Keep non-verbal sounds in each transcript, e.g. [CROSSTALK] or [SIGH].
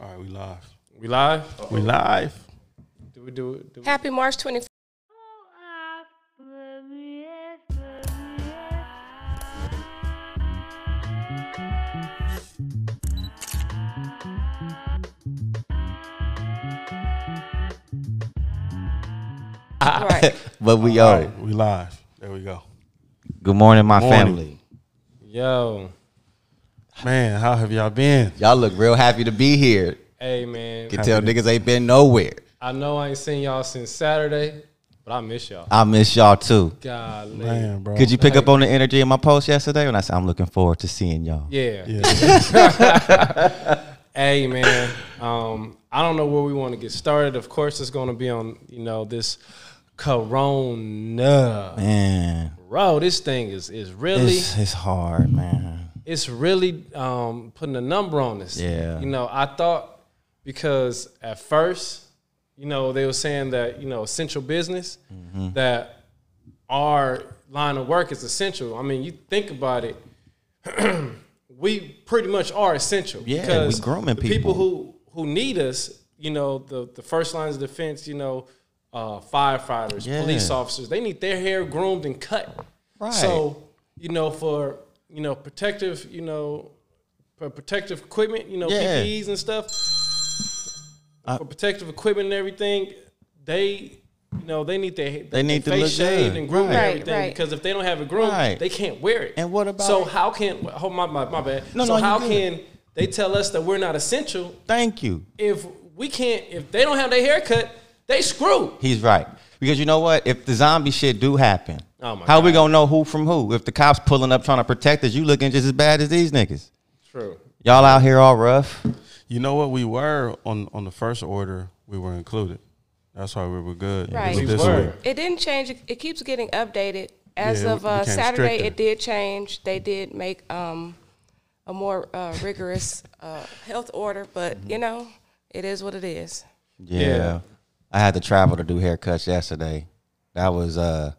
All right, we live. We live? We live. Do we do it? Do we- Happy March 25th. Ah. [LAUGHS] Right. But we All are. right, we live. There we go. Good morning, my Morning. family. Yo. Man, how have y'all been? Y'all look real happy to be here. Hey, man. Can tell niggas ain't been nowhere. I know I ain't seen y'all since Saturday, but I miss y'all. I miss y'all too. Golly. Man, bro. Could you pick up on the energy in my post yesterday when I said I'm looking forward to seeing y'all? Yeah. Yeah. Hey, man. Um, I don't know where we want to get started. Of course, it's going to be on, you know, this corona. Man, Bro, this thing is, is really. it's, it's hard, man. it's really um, putting a number on this. Yeah. You know, I thought because at first, you know, they were saying that, you know, essential business, Mm-hmm. that our line of work is essential. I mean, you think about it, [CLEARS THROAT] we pretty much are essential. Yeah, we because grooming the people. people. who who need us, you know, the, the first lines of defense, you know, uh, firefighters, Yeah. police officers, they need their hair groomed and cut. Right. So, you know, for you know protective, you know, for protective equipment, you know, Yeah. Uh, PPEs and stuff, for protective equipment and everything, they. You know they need their They need to their face look shaved good. and groomed and Right. Right, everything right. because if they don't have it groomed, Right. they can't wear it. And what about- so how can oh my my, my bad? No, so no, you how good. can they tell us that we're not essential Thank you. if we can't if they don't have their haircut, they screw. He's right. Because you know what? If the zombie shit do happen, Oh my how we God. gonna know who from who? If the cops pulling up trying to protect us, you looking just as bad as these niggas. True. Y'all out here all rough. You know what? We were on on the first order. We were included. That's why we were good. Right. With We this were. week. It didn't change. It- It keeps getting updated. As Yeah, it of w- uh, became Saturday, stricter. it did change. They did make um, a more uh, rigorous uh, health order, but Mm-hmm. you know, it is what it is. Yeah. Yeah. I had to travel to do haircuts yesterday. That was uh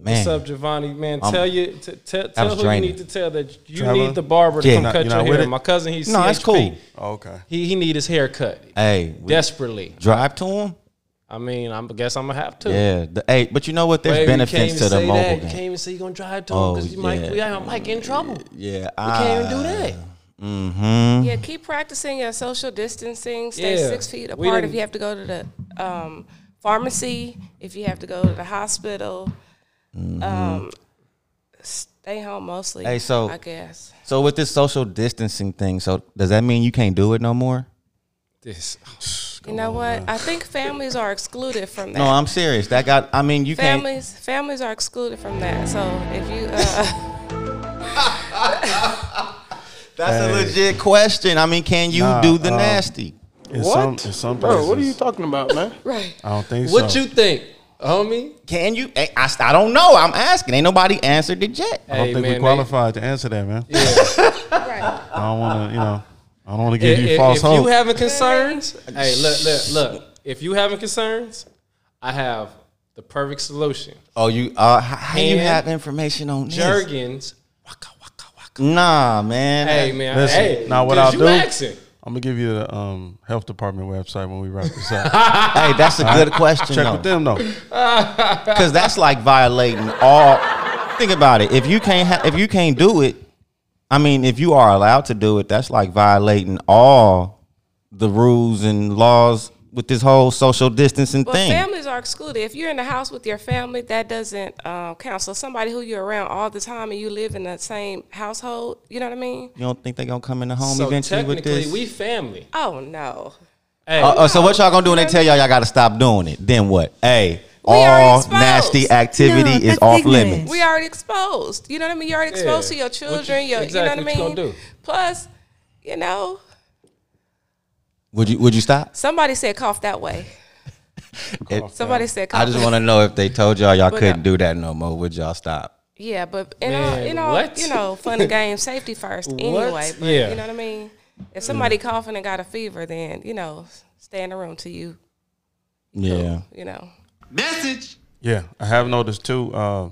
man. What's up, Giovanni? Man, I'm- tell you t- t- tell who draining. you need to tell that you Trevor? need the barber to Yeah. come Not- cut you your not with hair. it? My cousin, he's No, that's CHP. cool. Oh, okay. He he need his hair cut Hey, we desperately. drive to him? I mean, I'm, I guess I'm gonna have to. Yeah. The, hey, but you know what? There's Wait, you can't benefits even to the say mobile that. You game. can't even say you're gonna drive to Oh, because you might yeah. Ah. we I might get in trouble. yeah. I can't even do that. Yeah, keep practicing your social distancing. Stay Yeah. six feet We apart if didn't- you have to go to the um, pharmacy, if you have to go to the hospital. Um, stay home mostly. Hey, so- I guess. So with this social distancing thing, so does that mean you can't do it no more? This You know what? I think families are excluded from that. No, I'm serious. That got I mean you can't families families are excluded from that. So if you uh, That's Hey. a legit question. I mean, can you Nah, do the um, nasty? In some, in some places, Bro, what are you talking [LAUGHS] about, man? right, I don't think what so. you think, homie? Can you? I, I, I don't know. I'm asking. Ain't nobody answered it yet. I don't Hey, think man, we they- qualified to answer that, man. right, I don't want to, you know, I don't want to give if, you if- false if hope. you having concerns, hey, look, look, look. If you having concerns, I have the perfect solution. Oh, you? Uh, how, how you And have information on this? Jergens. Nah, man. Hey man, Listen, hey. now what did I'll you do- Asking? I'm gonna give you the um, health department website when we wrap this up. Hey, that's a good question. Check with them though. because that's like violating all. Think about it. If you can't, ha- if you can't do it, I mean, if you are allowed to do it, that's like violating all the rules and laws with this whole social distancing but thing. families are excluded. If you're in the house with your family, that doesn't uh, count. So somebody who you're around all the time and you live in the same household, you know what I mean? you don't think they gonna come in the home So eventually with technically, this? we family. Oh no, Hey, Uh, uh, so what y'all gonna do when they tell y'all y'all gotta stop doing it? Then what? Hey, We are all exposed. nasty activity No, is that's off ignorant. limits. we already exposed. You know what I mean? You're already exposed Yeah. to your What you- children. your, you know exactly, what I what you mean? gonna do? Plus, you know, Would you would you stop? somebody said cough that [LAUGHS] way. Somebody said cough. I just want to know if they told y'all y'all But, uh, couldn't do that no more, would y'all stop? Yeah, but in all, Man, in all what? you know, [LAUGHS] fun and games, safety first anyway. But Yeah. Mm. you know what I mean? If somebody coughing and got a fever, then, you know, stay in the room till you, Yeah. you know. Yeah, I have noticed too. Uh,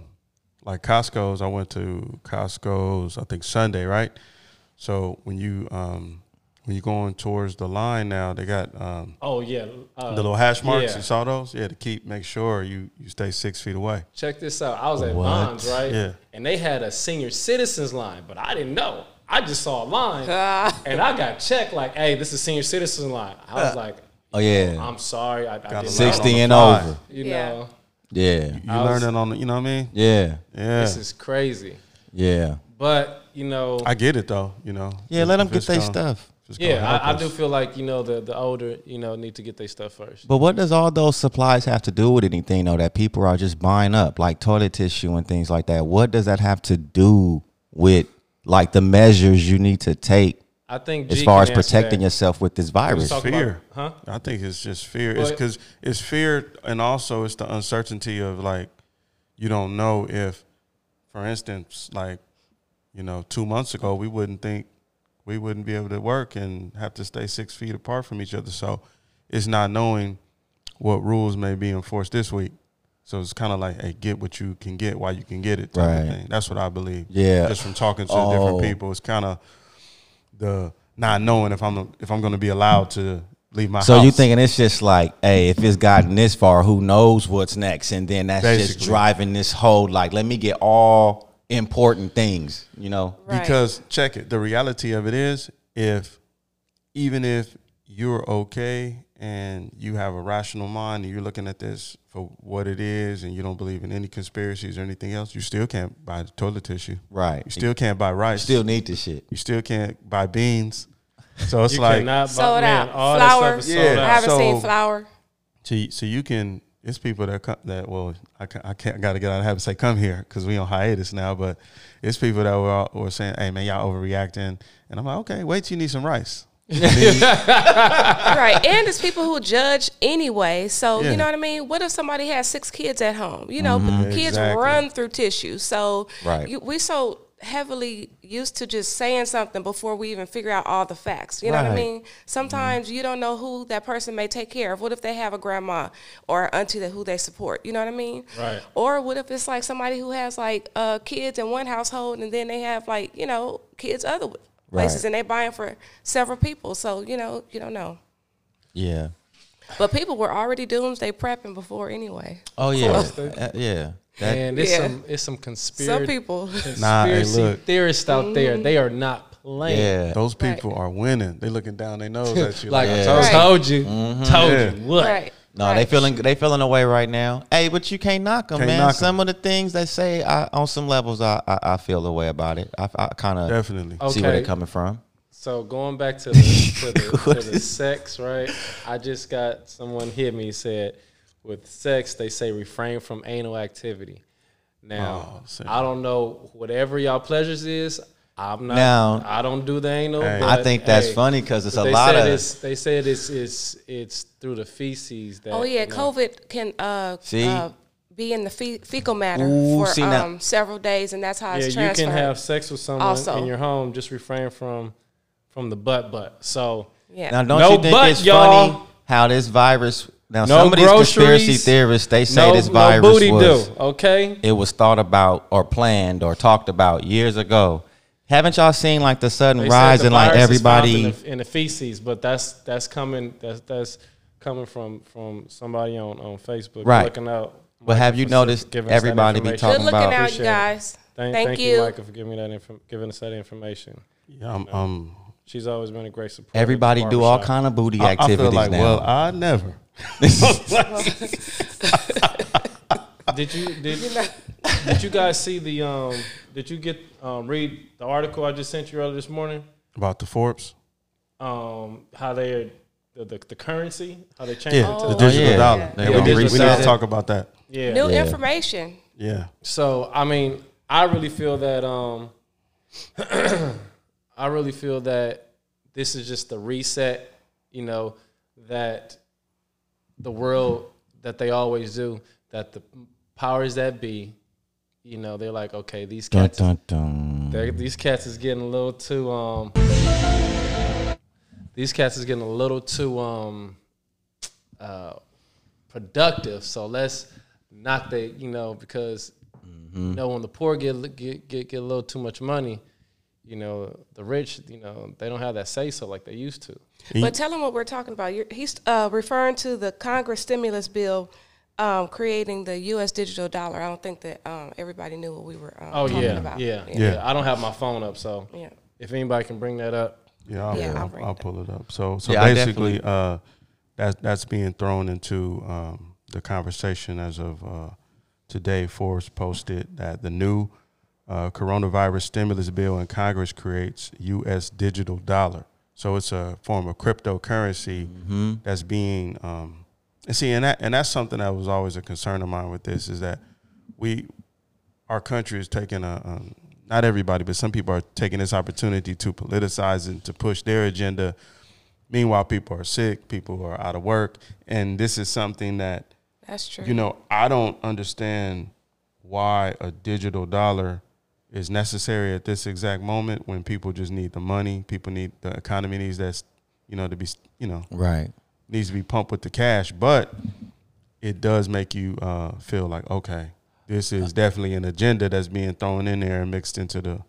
like Costco's, I went to Costco's. I think Sunday, right? So when you um, when you're going towards the line now, they got um, Oh yeah. Uh, the little hash marks. yeah. You saw those? Yeah, to keep make sure you you stay six feet away. check this out. I was at What? Bonds, right? Yeah. And they had a senior citizens line, but I didn't know. I just saw a line, and I got checked like, "Hey, this is senior citizens line." I was like, Oh yeah, "I'm sorry, I, I didn't know." Sixty. sixty and Fly. over. You Yeah. know, Yeah, You I was- learn it on the, you know what I mean? yeah, Yeah, this is crazy. yeah, But you know, I get it though. You know. yeah. Let them If get it's their gonna- stuff. if it's gonna yeah, help I, I do us. feel like you know the the older you know need to get their stuff first. But what does all those supplies have to do with anything though? That people are just buying up, like toilet tissue and things like that. What does that have to do with like the measures you need to take I think as G far as can answer protecting that. yourself with this virus? talking about- fear. Huh? I think it's just fear. It's But- because it's fear, and also it's the uncertainty of like you don't know if, for instance, like you know, two months ago we wouldn't think we wouldn't be able to work and have to stay six feet apart from each other. So it's not knowing what rules may be enforced this week. So it's kind of like, hey, get what you can get while you can get it. Type of Right. thing. That's what I believe. Yeah. Just from talking to Oh. different people, it's kind of the not knowing if I'm if I'm going to be allowed to leave my So house. you thinking it's just like, hey, if it's gotten this far, who knows what's next? And then that's just Basically. driving this whole like, let me get all important things, you know? Right. because check it. The reality of it is, if even if you're okay and you have a rational mind and you're looking at this for what it is and you don't believe in any conspiracies or anything else, you still can't buy toilet tissue. Right. You still can't buy rice. Still need this shit. you still can't buy beans. [LAUGHS] So it's You like cannot, buy- sold man, out. all that Flower. stuff is sold Yeah. out. I haven't So- seen flower. So you, so you can. It's people that come, that well, I, ca- I can't got to get out of habit and say come here because we on hiatus now. But it's people that were, all- were saying, "Hey man, y'all overreacting," and I'm like, "Okay, wait till you need some rice." right. And it's people who judge anyway. So, Yeah. you know what I mean? What if somebody has six kids at home? You know, kids Exactly. run through tissue. So, Right. you, we so heavily used to just saying something before we even figure out all the facts. You know what I Right. mean? Sometimes you don't know who that person may take care of. What if they have a grandma or an auntie that who they support? You know what I mean? Right. Or what if it's like somebody who has like uh, kids in one household and then they have like, you know, kids other places Right. and they're buying for several people. So, you know, you don't know. Yeah. But people were already doomsday prepping before anyway. Oh yeah. Uh, yeah. That- And it's Yeah. some it's some conspiracy. [LAUGHS] Some people. Mm-hmm. Nah, hey, conspiracy look. theorists out there, they are not playing. yeah. Those people are winning. They looking down their nose at [LAUGHS] you Like like, I I told, told Right. told you, Mm-hmm. told you what. right. No, right. they feeling they feeling away right now. Hey, but you can't knock them, Can't man. knock 'em. some of the things they say, I, on some levels, I, I I feel away about it. I, I kind of you. Definitely. Oh. see where Okay. they're coming from. So going back [LAUGHS] to the, to the, to the sex, right? I just got someone hit me said, with sex they say refrain from anal activity. Now Oh, see. I don't know whatever y'all pleasures is. I'm not. Now- I don't do the anal. Hey. but, I think that's hey, funny because it's but a they lot said of It's, they said it's it's it's through the feces that. Oh yeah, you know, COVID can uh, See? uh be in the fe- fecal matter Ooh, for see now- um, several days, and that's how Yeah, it's you transferred. can have sex with someone Also. in your home. Just refrain from from the butt butt. So yeah. Now, don't No you think but, it's y'all. funny how this virus? Now, No some of these conspiracy groceries, theorists they say no, this no virus booty was do. Okay. it was thought about or planned or talked about years ago. Haven't y'all seen like the sudden They said rise the in like virus is found in everybody? the, in the feces, but that's that's coming that's that's coming from from somebody on on Facebook Right. looking out. But have Michael, you for noticed giving us that everybody be information. Good talking looking about- out, you Appreciate it. guys. Thank, thank you, Michael, for giving me that info, giving us that information. Yeah, I'm, I'm, She's always been a great support. Everybody do all kind of booty I, I activities feel like now. [LAUGHS] well, I never. [LAUGHS] of. Did you did, [LAUGHS] did you guys see the um? Did you get um, read the article I just sent you earlier this morning? About the Forbes, Um, how they the, the the currency, how they changed yeah, it Oh, to the digital yeah. dollar. They Yeah, gonna we, need, we need reset to it. talk about that. yeah. New Yeah. information. Yeah, So I mean, I really feel that um, [CLEARS THROAT] I really feel that this is just the reset, you know, that the world that they always do, that the powers that be, you know, they're like, okay, these Dun, cats, dun, dun. they're- these cats is getting a little too um, these cats is getting a little too um, uh, productive. So let's knock they, Mm-hmm. you know, because you know when the poor get get get, get a little too much money, you know, the rich, you know, they don't have that say so like they used to. You- But tell him what we're talking about. You're, he's uh, referring to the Congress stimulus bill um, creating the U.S. digital dollar. I don't think that um, everybody knew what we were um, Oh talking yeah, about. yeah, yeah. yeah, I don't have my phone up, so Yeah. if anybody can bring that up, Yeah, I'll, Yeah, I'll, I'll I'll, bring that. pull it up. So, so Yeah, I basically, uh, that's that's being thrown into um, the conversation as of uh, today. Forbes posted that the new uh, coronavirus stimulus bill in Congress creates U.S. digital dollar. So it's a form of cryptocurrency Mm-hmm. that's being um, and see, and that and that's something that was always a concern of mine with this is that we our country is taking a um, not everybody, but some people are taking this opportunity to politicize and to push their agenda. Meanwhile, people are sick, people are out of work, and this is something that That's true. you know I don't understand why a digital dollar is necessary at this exact moment when people just need the money, people need the economy needs that's you know to be you know Right. needs to be pumped with the cash, but it does make you uh, feel like okay, this is definitely an agenda that's being thrown in there and mixed into the,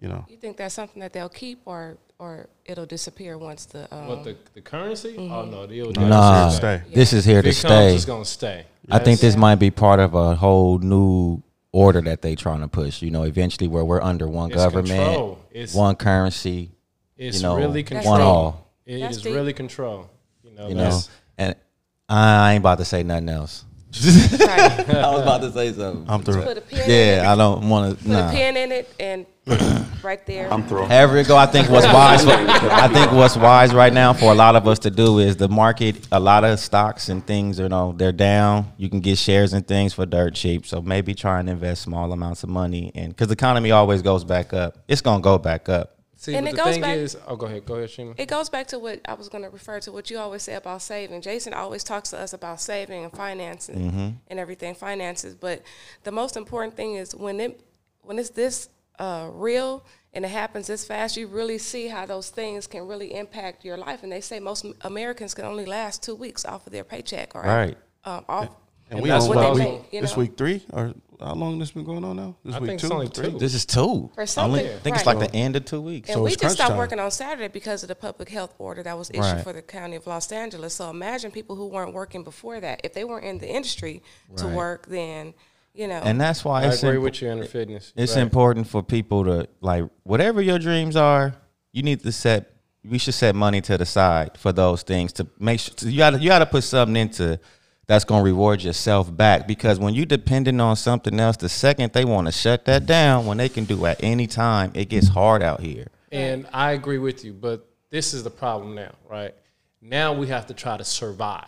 you know, you think that's something that they'll keep, or or it'll disappear once the um, what the, the currency? Oh Mm-hmm. no, the old here Nah, to stay. this is here to Big stay. is gonna stay. I think this might be part of a whole new order that they trying to push. You know, eventually where we're under one It's government, control. It's- one currency. It's you know, really one control. all. It That's is deep. really control. You know, You know, that's- and I ain't about to say nothing else. right. [LAUGHS] I was about to say something. I'm through. put a pin in it, yeah, I don't want to. put Nah. a pin in it, [CLEARS THROAT] and right there. Ever ago, I think what's wise. For, I think what's wise right now for a lot of us to do is the market. A lot of stocks and things, you know, they're down. You can get shares and things for dirt cheap. So maybe try and invest small amounts of money, and because the economy always goes back up, it's gonna go back up. see, And but it the goes thing back- is, oh, go ahead, go ahead, Shima. It goes back to what I was going to refer to what you always say about saving. Jason always talks to us about saving and financing Mm-hmm. and everything finances, but the most important thing is when it when it's this uh, real and it happens this fast, you really see how those things can really impact your life. And they say most Americans can only last two weeks off of their paycheck, all right? Right. Um, off, And we that's on what what they week? think, you this know. week three or how long this been going on now? This I week think two, it's only three? two. This is two. For something, Only- I think it's right. like the end of two weeks. And So we it's crunch just stopped time. working on Saturday because of the public health order that was issued Right. for the county of Los Angeles. So imagine people who weren't working before that. If they weren't in the industry to Right. work, then you know. and that's why I it's agree imp- with you in the fitness. it's Right. important for people to like whatever your dreams are. You need to set. We should set money to the side for those things to make sure you got to you got to put something into that's going to reward yourself back because when you depending on something else, the second they want to shut that down, when they can do at any time, it gets hard out here. And I agree with you, but this is the problem now, right? Now we have to try to survive.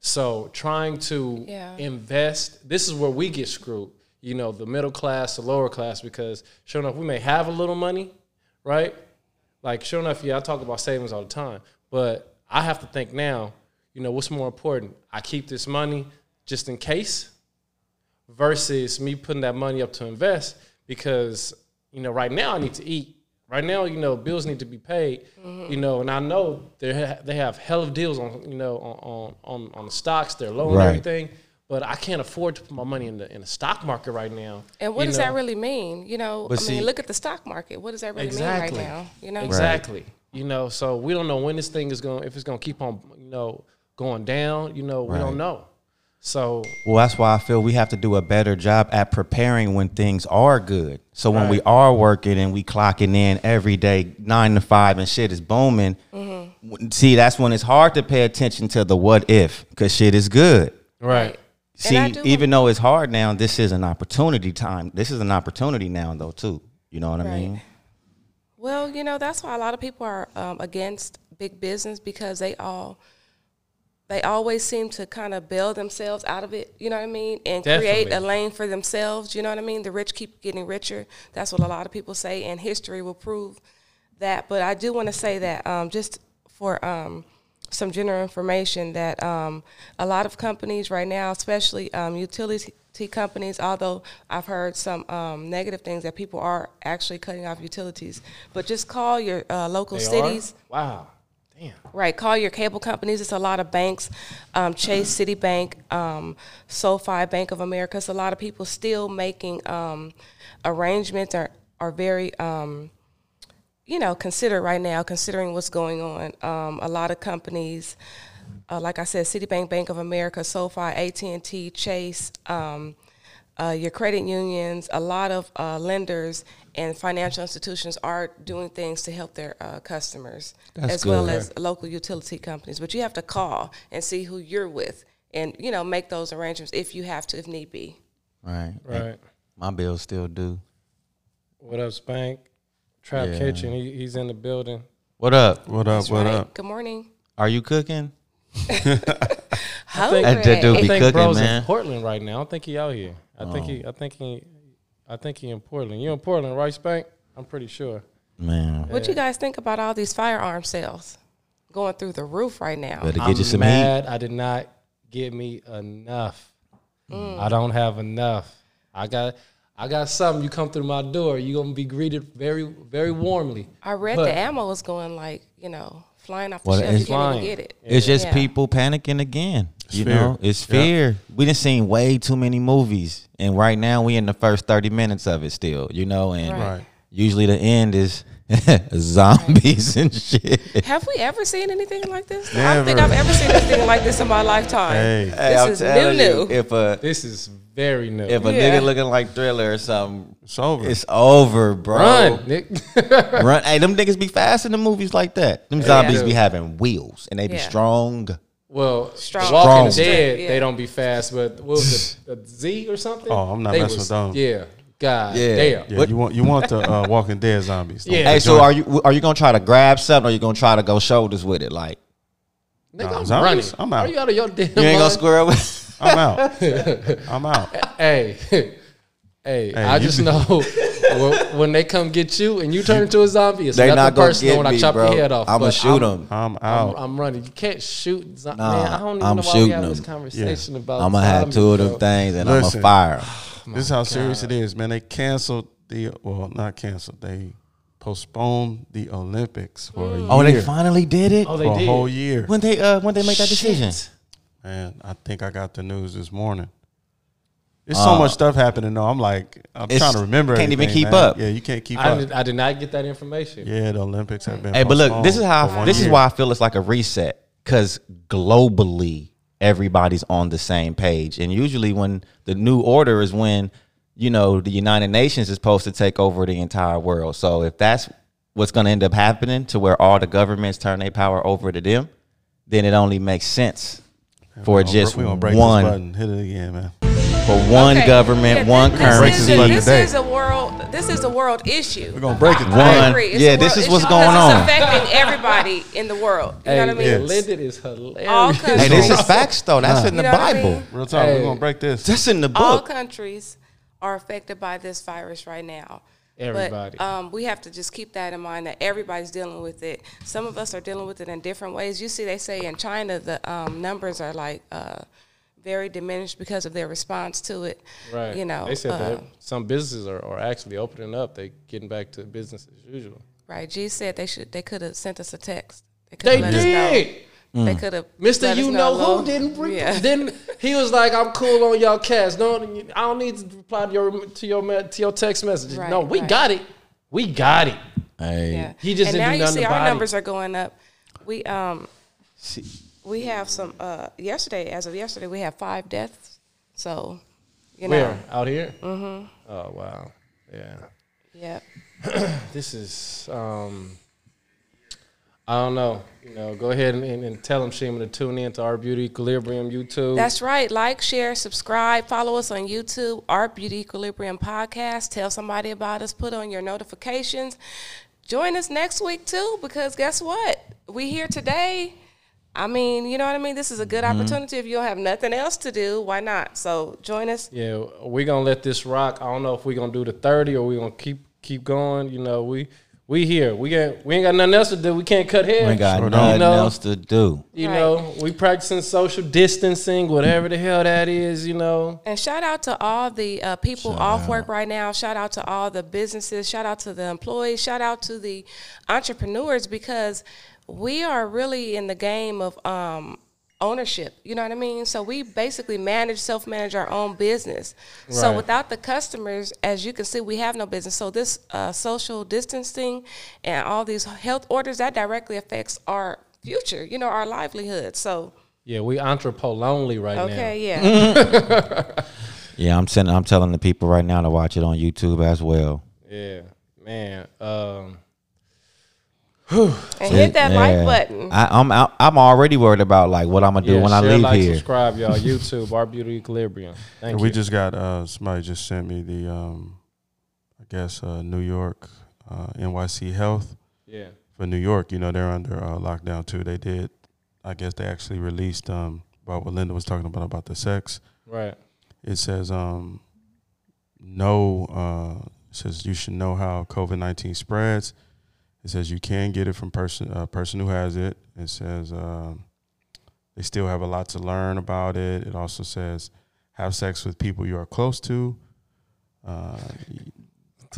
So trying to Yeah. invest, this is where we get screwed, you know, the middle class, the lower class, because sure enough, we may have a little money, right? Like, sure enough, yeah, I talk about savings all the time, but I have to think now, you know, what's more important? I keep this money just in case versus me putting that money up to invest because you know right now I need to eat. Right now, you know, bills need to be paid. Mm-hmm. You know, and I know they ha- they have hell of deals on you know on on on, on the stocks. They're low Right. and everything. But I can't afford to put my money in the in the stock market right now. And what you does know? that really mean? You know, I But see- mean, look at the stock market. What does that really Exactly. mean right now? You know, Exactly. You know, so we don't know when this thing is going. If it's going to keep on, you know, going down. You know, we Right. don't know. So Well, that's why I feel we have to do a better job at preparing when things are good. So when we are working and we clocking in every day, nine to five, and shit is booming. Mm-hmm. w- See, that's when it's hard to pay attention to the what if because shit is good. right. See, I do- even though it's hard now, this is an opportunity time. This is an opportunity now, though, too. You know what I Right. mean? Well, you know, that's why a lot of people are um, against big business because they all they always seem to kind of bail themselves out of it, you know what I mean, and create a Definitely. lane for themselves, you know what I mean? The rich keep getting richer. That's what a lot of people say and history will prove that, but I do want to say that um, just for um, some general information that um, a lot of companies right now, especially um, utility companies, although I've heard some um, negative things that people are actually cutting off utilities, but just call your uh, local They are? cities. Wow. Damn. Right, call your cable companies. It's a lot of banks, um, Chase, Citibank, um, SoFi, Bank of America. It's a lot of people still making um, arrangements or are very um, you know, consider right now, considering what's going on. Um, a lot of companies, uh, like I said, Citibank, Bank of America, SoFi, AT and T, Chase, um, uh, your credit unions, a lot of uh, lenders and financial institutions are doing things to help their uh, customers, That's as well good. as local utility companies. But you have to call and see who you're with, and you know, make those arrangements if you have to, if need be. Right. Right. My bills still due. What up, Spank? Trap Yeah. Kitchen. He, he's in the building. What up? What up? What right. up? Good morning. Are you cooking? Hungry. That- that dude I He think cooking, bro's man. Oh. in Portland right now. I don't think he out here. I think he. I think he. I think he in Portland. You in Portland, right, Spank? I'm pretty sure. Man. What you guys think about all these firearm sales going through the roof right now? Better I'm get you some heat. mad. I did not get me enough. Mm. I don't have enough. I got. I got something. You come through my door, you gonna be greeted very, very warmly. I read But- the ammo was going like you know flying off the Well, shelf. You it's can't flying. even get it. It's just Yeah. people panicking again. you fear. know, it's Yeah. fear. We done seen way too many movies, and right now we in the first thirty minutes of it still. You know, and Right. Right. usually the end is [LAUGHS] zombies and [LAUGHS] shit. Have we ever seen anything like this? I Never. don't think I've ever seen anything like this in my lifetime. Hey. This is new, new. if a This is very new. if a Yeah. nigga looking like Thriller or something, It's over. it's over, bro. Run, Nick. [LAUGHS] Run. Hey, them niggas be fast in the movies like that. Them zombies do. be having wheels and they be Yeah. strong. Well, Strong. Walking Strong. Dead, Yeah. they don't be fast, but what was it, a Z or something? Oh, I'm not They messing with them. Yeah, God Yeah. damn. yeah, What- you want you want the uh, Walking Dead zombies. Yeah. Hey, so Joint. are you are you gonna try to grab something or you gonna try to go shoulders with it? Like Nigga, Nah, I'm running. zombies, I'm out. Are you out of your damn you ain't gonna mind? square up. with- I'm out. I'm out. Hey, [LAUGHS] hey, I you just be- know [LAUGHS] when- when they come get you and you turn into a zombie, it's They nothing not gonna personal get when me, I chop bro. your head off. I'm gonna but shoot them. I'm I'm, out. I'm running. You can't shoot. Zo- Nah, Man, I don't even I'm know why we shooting have this them. conversation about. I'm gonna have zombies, two of them bro. things and Listen. I'm gonna fire. 'em. this is how serious it is, man. They canceled the well, not canceled. They postponed the Olympics for a year. Oh, they finally did it. Oh, they for a did. whole year. when they uh when they make that decision. Man, I think I got the news this morning. There's so much stuff happening though. I'm like, I'm Uh, It's- trying to remember. can't even everything, keep man. up. Yeah, you can't keep I up. did, I did not get that information. yeah, the Olympics have been. Hey, but look, this is postponed how for one this is year. why I feel it's like a reset because globally everybody's on the same page, and usually when the new order is when you know the United Nations is supposed to take over the entire world. So if that's what's going to end up happening to where all the governments turn their power over to them, then it only makes sense for We're gonna- just we're gonna break This one button. Hit it again, man. for one Okay. government, Yeah, one this currency. Is Break a, this this button is a world. This is a world issue. We're gonna break it. One. I agree. It's Yeah, a this world is what's issue going because on. It's affecting everybody in the world. You know Hey, what I mean? yeah. Linden is hilarious. All countries. Hey, this is facts though. That's in You the know what I Bible. mean? Real time. Hey. We're gonna break this. That's in the All book. countries are affected by this virus right now. Everybody. But, um, we have to just keep that in mind that everybody's dealing with it. Some of us are dealing with it in different ways. You see, they say in China the um, numbers are like uh, very diminished because of their response to it. Right. You know. they said uh, that some businesses are, are actually opening up. They getting back to business as usual. Right. G said they should. They could have sent us a text. They, could've They let us know. did. Mm. They could have. Mister, you know, who didn't re- Yeah. didn't he was like, I'm cool on y'all cast. No, I don't need to reply to your to your ma- to your text message. Right, no, we right. got it. We got it. Hey. Yeah. He just and didn't now do you nothing see our about it. numbers are going up. We um, we have some uh yesterday. As of yesterday, we have five deaths. So, you know, Where out here? Mm-hmm. Oh wow, yeah. yep. This is um, I don't know. You know, go ahead and, and, and tell them Shima to tune in to our Beauty Equilibrium YouTube. That's right. Like, share, subscribe, follow us on YouTube, Art Beauty Equilibrium Podcast. Tell somebody about us. Put on your notifications. Join us next week too, because guess what? We here today. I mean, you know what I mean? This is a good Mm-hmm. opportunity. If you don't have nothing else to do, why not? So join us. Yeah, we're gonna let this rock. I don't know if we're gonna do the thirty or we're gonna keep keep going. You know, we we here. We got we ain't got nothing else to do. We can't cut hair. We ain't got Sure don't. nothing You know? else to do. You Right. know, we practicing social distancing, whatever the hell that is. You know, And shout out to all the uh, people off work right now. Shout out to all the businesses. Shout out to the employees. Shout out to the entrepreneurs because we are really in the game of um, ownership. You know what I mean? So we basically manage, self manage our own business. So Right. without the customers, as you can see, we have no business. So this uh, social distancing and all these health orders that directly affects our future. You know, our livelihood. So Yeah, we entrepreneur lonely right okay, [LAUGHS] yeah, Yeah, I'm sending. I'm telling the people right now to watch it on YouTube as well. now. Yeah, man. Um, and hit that like Yeah. button. I, I'm out, I'm already worried about like what I'm gonna do yeah, when I share, leave like, here. subscribe, y'all. [LAUGHS] YouTube, our beauty equilibrium. Thank we you. just got uh, somebody just sent me the um, I guess uh, New York uh, NYC Health yeah, for New York. You know they're under uh, lockdown too. They did, I guess they actually released um, about what Linda was talking about about the sex. right. It says um, no. Uh, it says you should know how COVID nineteen spreads. It says you can get it from person uh, person who has it. It says um, they still have a lot to learn about it. It also says have sex with people you are close to. Uh,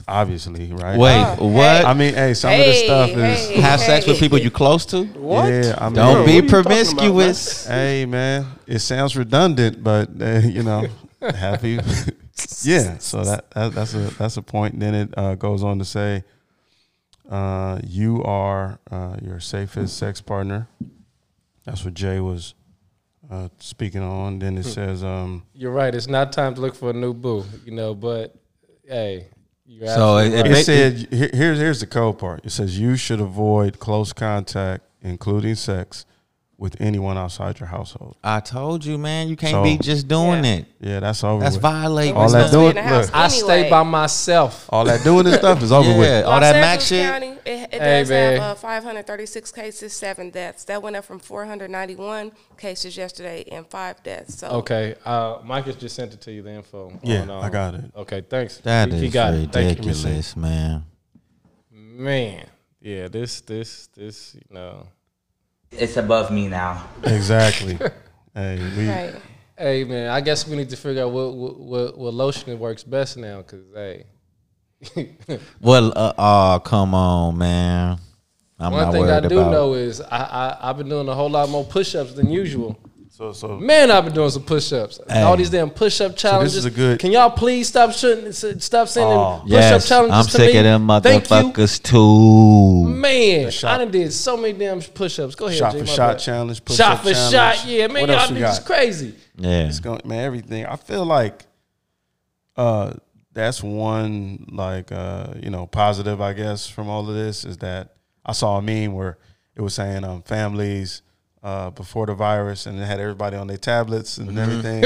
obviously, right? Wait, Oh, what? I mean, hey, some Hey, of this stuff is hey. Have sex with Hey. people you close to? yeah. I mean, Don't be talking about, man? promiscuous. Hey man, it sounds redundant, but uh, you know, happy. [LAUGHS] yeah, so that, that that's a that's a point. And then it uh, goes on to say, uh, you are uh, your safest sex partner. That's what Jay was uh, speaking on. Then it says, um, You're right. It's not time to look for a new boo, you know. But hey, you're So absolutely it- it Right. said here, here's here's the code part. It says you should avoid close contact, including sex, with anyone outside your household. I told you, man, you can't So- be just doing Yeah. it. Yeah, that's over. That's with. violating. All that supposed to be doing- in the house look. I stay anyway. by myself. Oh. All that doing this stuff is over [LAUGHS] Yeah, with. all that Mac Angeles shit. County, it, it Hey, does man. have uh, 536 cases, seven deaths. That went up from 491 cases yesterday and five deaths. So Okay, uh, Micah just sent it to you. The info. Oh, Yeah, on, um, I got it. Okay, thanks. That is He- he got it. Thank you. ridiculous, man. man. Yeah, this, this, this. You know, It's above me now. [LAUGHS] Exactly. hey, we, Right. hey man, I guess we need to figure out what what, what, what lotion works best now, because hey, [LAUGHS] Well, uh, oh, come on, man. I'm one not thing worried I do about. know is I, I I've been doing a whole lot more push-ups than usual. so so Man, I've been doing some push-ups. Hey. All these damn push-up challenges. is a good- Can y'all please stop shooting, stop sending Oh. push-up yes, challenges I'm to sick me? of them Thank you. motherfuckers too. Man, I shot. done did so many damn push-ups. Go ahead, shot Jay, for my shot bad. challenge, push shot up for challenge. shot. Yeah, man, What y'all else you niggas got? crazy. Yeah, It's going, man, everything. I feel like uh, that's one like uh, you know positive, I guess, from all of this is that I saw a meme where it was saying um, families. Uh, before the virus, and it had everybody on their tablets Mm-hmm. and everything.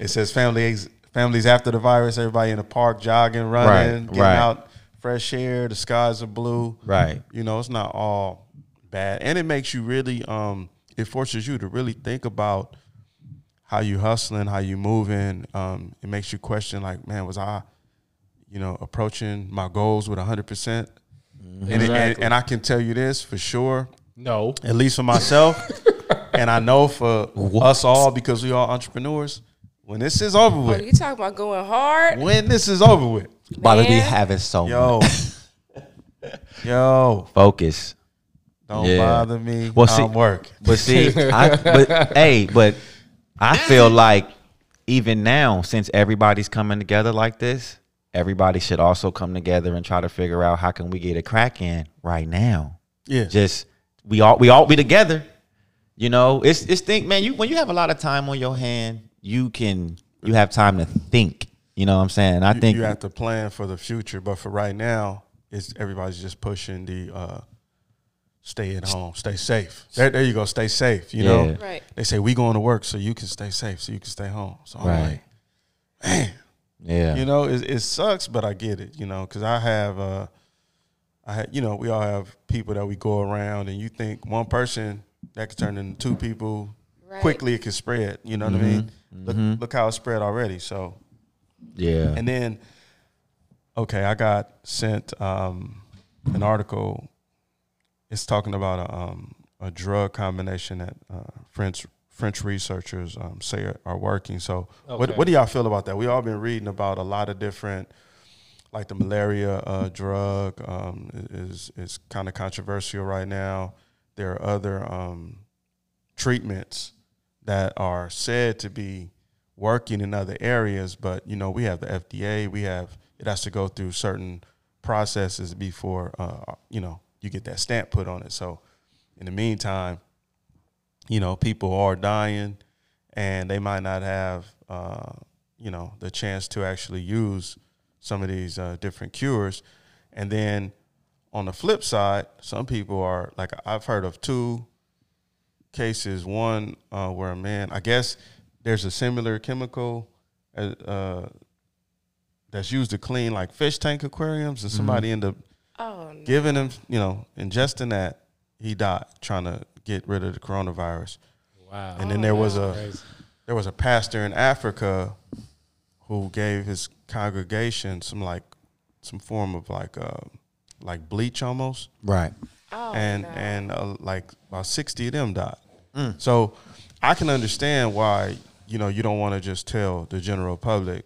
it says families, families after the virus, everybody in the park jogging, running, getting right. out, fresh air. The skies are blue. Right. You know, it's not all bad. And it makes you really um it forces you to really think about how you hustling, how you moving. Um it makes you question like, man, was I you know, approaching my goals with 100%? percent And, it- and Exactly. and I can tell you this for sure, No. at least for myself, and I know for us all because we all entrepreneurs, when this is over Oh, with, you talking about going hard? when this is over with, but we Man. have it so much. [LAUGHS] yo, yo, focus. don't Yeah. bother me. Well, see- I'm working. [LAUGHS] But see, I, but hey, but I feel like even now, since everybody's coming together like this, everybody should also come together and try to figure out how can we get a crack in right now. Yeah. Just we all we all be together. You know, it's it's think, man. You when you have a lot of time on your hand, you can you have time to think. You know what I'm saying? I you, think you have to plan for the future, but for right now, it's everybody's just pushing the uh, stay at home, stay safe. There, there you go, stay safe. You know, Yeah. Right. They say we going to work so you can stay safe, so you can stay home. So I'm Right. like, man, yeah, you know, it, it sucks, but I get it. You know, because I have, uh, I had, you know, we all have people that we go around, and you think one person that could turn into two people. Right. Quickly, it can spread. You know what I mean? Look, look how it spread already. So yeah. and then, okay, I got sent um, an article. It's talking about a, um, a drug combination that uh, French French researchers um, say are, are working. So, what, Okay. what do y'all feel about that? We all been reading about a lot of different, like the malaria uh, drug um, is is kind of controversial right now. There are other um, treatments that are said to be working in other areas, but you know we have the FDA, we have it has to go through certain processes before uh, you know you get that stamp put on it. So in the meantime, you know people are dying, and they might not have uh, you know the chance to actually use some of these uh, different cures, and then. On the flip side, some people are like I've heard of two cases. One uh, where a man, I guess, there's a similar chemical uh, uh, that's used to clean like fish tank aquariums, and somebody Mm-hmm. end up Oh, no. giving him, you know, ingesting that. He died trying to get rid of the coronavirus. Wow. And then there was a Crazy. there was a pastor in Africa who gave his congregation some like some form of like uh, like bleach almost Right. oh, and no. and uh, like about sixty of them died. So I can understand why you know you don't want to just tell the general public,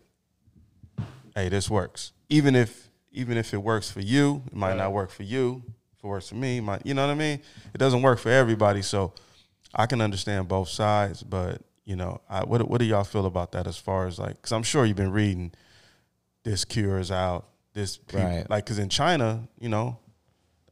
"Hey, this works." Even if even if it works for you, it might not work for you. If it works for me, it might you know what I mean? It doesn't work for everybody, so I can understand both sides. But you know, I, what what do y'all feel about that? As far as like, because I'm sure you've been reading this cure is out. This peop- Right. like, because in China, you know,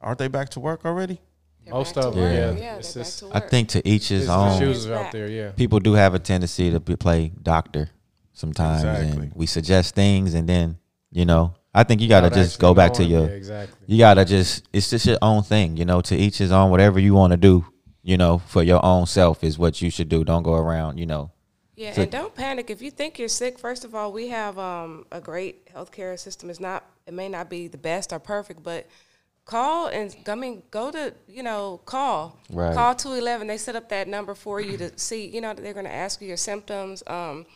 aren't they back to work already? They're Most back to of them, work. yeah. yeah, It's they're just- back to I work. think to each his His own. shoes are Back. out there, yeah. People do have a tendency to be- play doctor sometimes, Exactly. and we suggest things, and then you know, I think you gotta Without just actually go back to knowing, your yeah, exactly. you gotta just it's just your own thing you know to each his own whatever you want to do you know for your own self is what you should do don't go around you know Yeah, So- and don't panic if you think you're sick. First of all, we have um, a great healthcare system. It's not, it may not be the best or perfect, but call and I mean, go to you know, call, Right. call two eleven. They set up that number for you [CLEARS THROAT] to see. You know, they're going to ask you your symptoms. Um,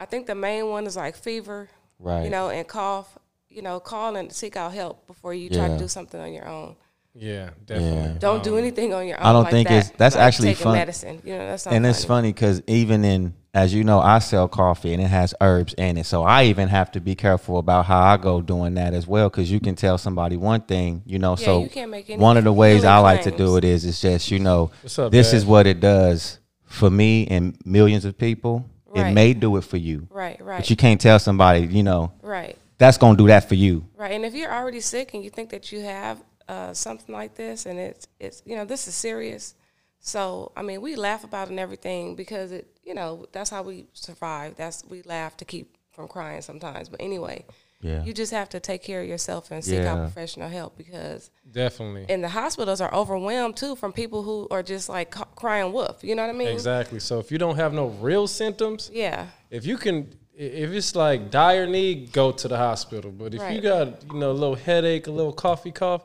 I think the main one is like fever, Right. You know, and cough. You know, call and seek out help before you try Yeah. to do something on your own. Yeah, definitely. Yeah. Don't do anything on your own. I don't like think that, it's- that's like actually taking fun. medicine. You know, that's not and it's funny. funny because even in as you know i sell coffee and it has herbs in it so i even have to be careful about how i go doing that as well because you can tell somebody one thing you know Yeah, so you can't make any one of the ways really i like to claims. do it is it's just you know What's up, this Dad? is what it does for me and millions of people it Right. may do it for you Right, but right, you can't tell somebody you know right. that's gonna do that for you Right, and if you're already sick and you think that you have uh, something like this, and it's it's you know this is serious, so I mean we laugh about it and everything because it you know that's how we survive. That's we laugh to keep from crying sometimes. But anyway, Yeah. you just have to take care of yourself and seek Yeah. out professional help because Definitely. and the hospitals are overwhelmed too from people who are just like c- crying wolf. You know what I mean? Exactly. So if you don't have no real symptoms, Yeah, if you can i- if it's like dire need go to the hospital but if you Right. got you know a little headache a little coffee cough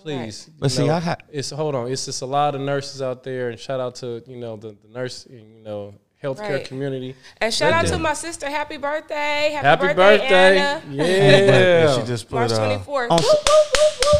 please you But see, know, I ha- it's hold on it's just a lot of nurses out there and shout out to you know the, the nurse you know healthcare Right. community and shout out Let to them- my sister. Happy birthday! Happy, happy birthday, birthday, Anna! And yeah she just put March uh, twenty fourth. on-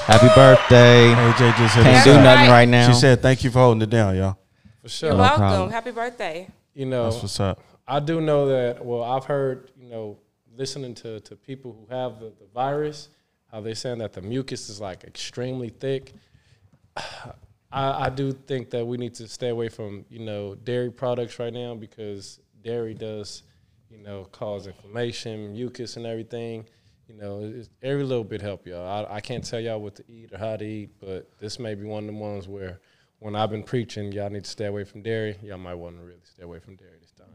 happy birthday AJ just hit can't us do up. nothing right now She said, "Thank you for holding it down, y'all." for You're sure welcome. problem. Happy birthday. you know That's what's up. I do know that. Well, I've heard you know listening to to people who have the, the virus, how they're saying that the mucus is like extremely thick. [SIGHS] I, I do think that we need to stay away from you know dairy products right now because dairy does you know cause inflammation, mucus, and everything. You know, it's, every little bit help y'all. I, I can't tell y'all what to eat or how to eat, but this may be one of the ones where when I've been preaching, y'all need to stay away from dairy. Y'all might want to really stay away from dairy this time.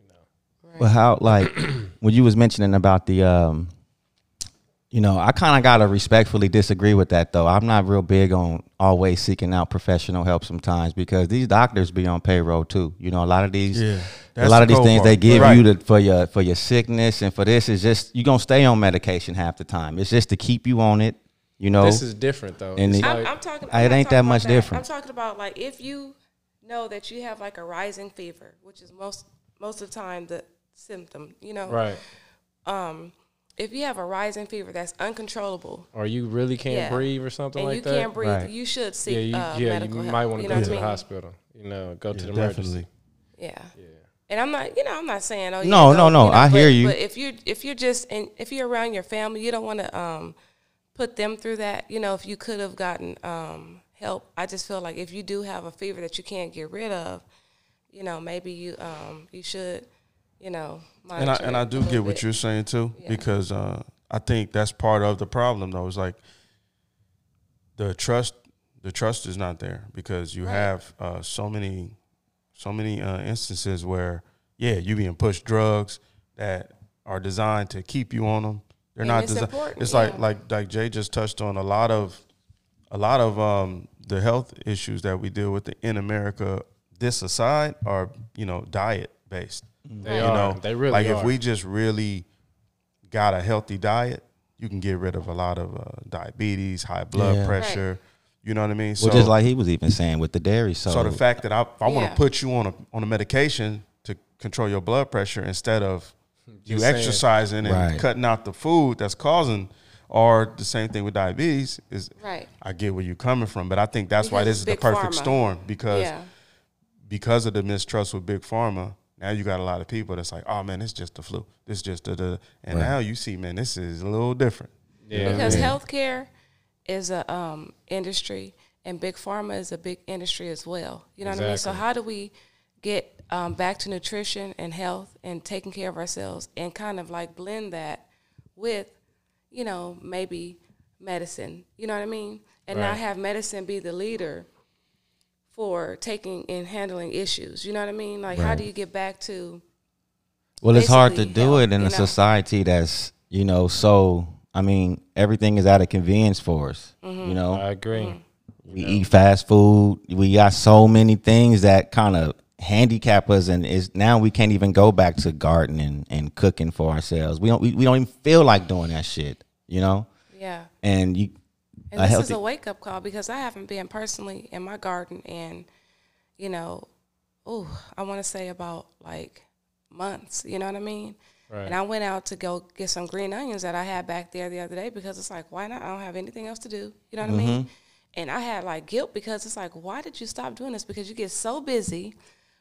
You know. Well, how like [CLEARS THROAT] when you was mentioning about the, um, you know, I kind of gotta respectfully disagree with that though. I'm not real big on always seeking out professional help sometimes because these doctors be on payroll too. You know, a lot of these, Yeah, a that's lot of the these cold things part. they give Right. you to, for your for your sickness and for this is just you gonna stay on medication half the time. It's just to keep you on it. You know, This is different though. And It's it- I'm, like- I'm talking. It I'm not ain't talking that about much different. I'm talking about like if you know that you have like a rising fever, which is most most of the time the symptom. You know, right. Um, if you have a rising fever that's uncontrollable Or you really can't Yeah. breathe or something and like you that. can't breathe, Right. you should seek yeah, you, uh, yeah, medical you help. might want to you know go what to I the mean? hospital. You know, go to the emergency. Definitely. Yeah. Yeah. And I'm not, you know, I'm not saying, oh, you No, go, no, no, you know, I but- hear you. But if you if you're just in, if you're around your family, you don't want to um, put them through that. You know, if you could have gotten um, help, I just feel like if you do have a fever that you can't get rid of, you know, maybe you um, you should, you know, and I monitor and I it a do little get what bit. you're saying too, because uh, I think that's part of the problem though. Is like the trust, the trust is not there because you have uh, so many, so many uh, instances where yeah, you being pushed drugs that are designed to keep you on them. They're And not it's designed. important, It's like yeah. like like Jay just touched on a lot of, a lot of um, the health issues that we deal with in America. This aside, are you know diet based They you are. know They really like are. if we just really got a healthy diet you can get rid of a lot of uh, diabetes high blood Yeah. pressure you know what i mean so Well, just like he was even saying with the dairy. So, so the fact that i, if I want Yeah. to put you on a on a medication to control your blood pressure instead of you Just saying. exercising and Right. cutting out the food that's causing or the same thing with diabetes is Right. I get where you're coming from, but I think that's why Because this it's is the big perfect pharma. storm because Yeah. because of the mistrust with big pharma, now you got a lot of people that's like, oh man, it's just the flu. It's just the, the. and now you see, man, this is a little different. [LAUGHS] Yeah. Because healthcare is a um, industry, and big pharma is a big industry as well. You know what I mean? So Exactly. how do we get um, back to nutrition and health and taking care of ourselves, and kind of like blend that with, you know, maybe medicine. You know what I mean? And not Right. have medicine be the leader for taking and handling issues. You know what I mean? Like, how do you get back to well, it's hard to basically do health, it in you a know. society that's you know so. I mean, everything is out of convenience for us. Mm-hmm. You know, I agree. we eat fast food. We got so many things that kind of handicap us, and is now we can't even go back to gardening and cooking for ourselves. We don't. We, we don't even feel like doing that shit. You know, yeah? and you. And a this is healthy, a wake up call because I haven't been personally in my garden in, you know, oh, I want to say about like months. You know what I mean? Right. And I went out to go get some green onions that I had back there the other day because it's like, why not? I don't have anything else to do. You know what I Mm-hmm. mean? And I had like guilt because it's like, why did you stop doing this? Because you get so busy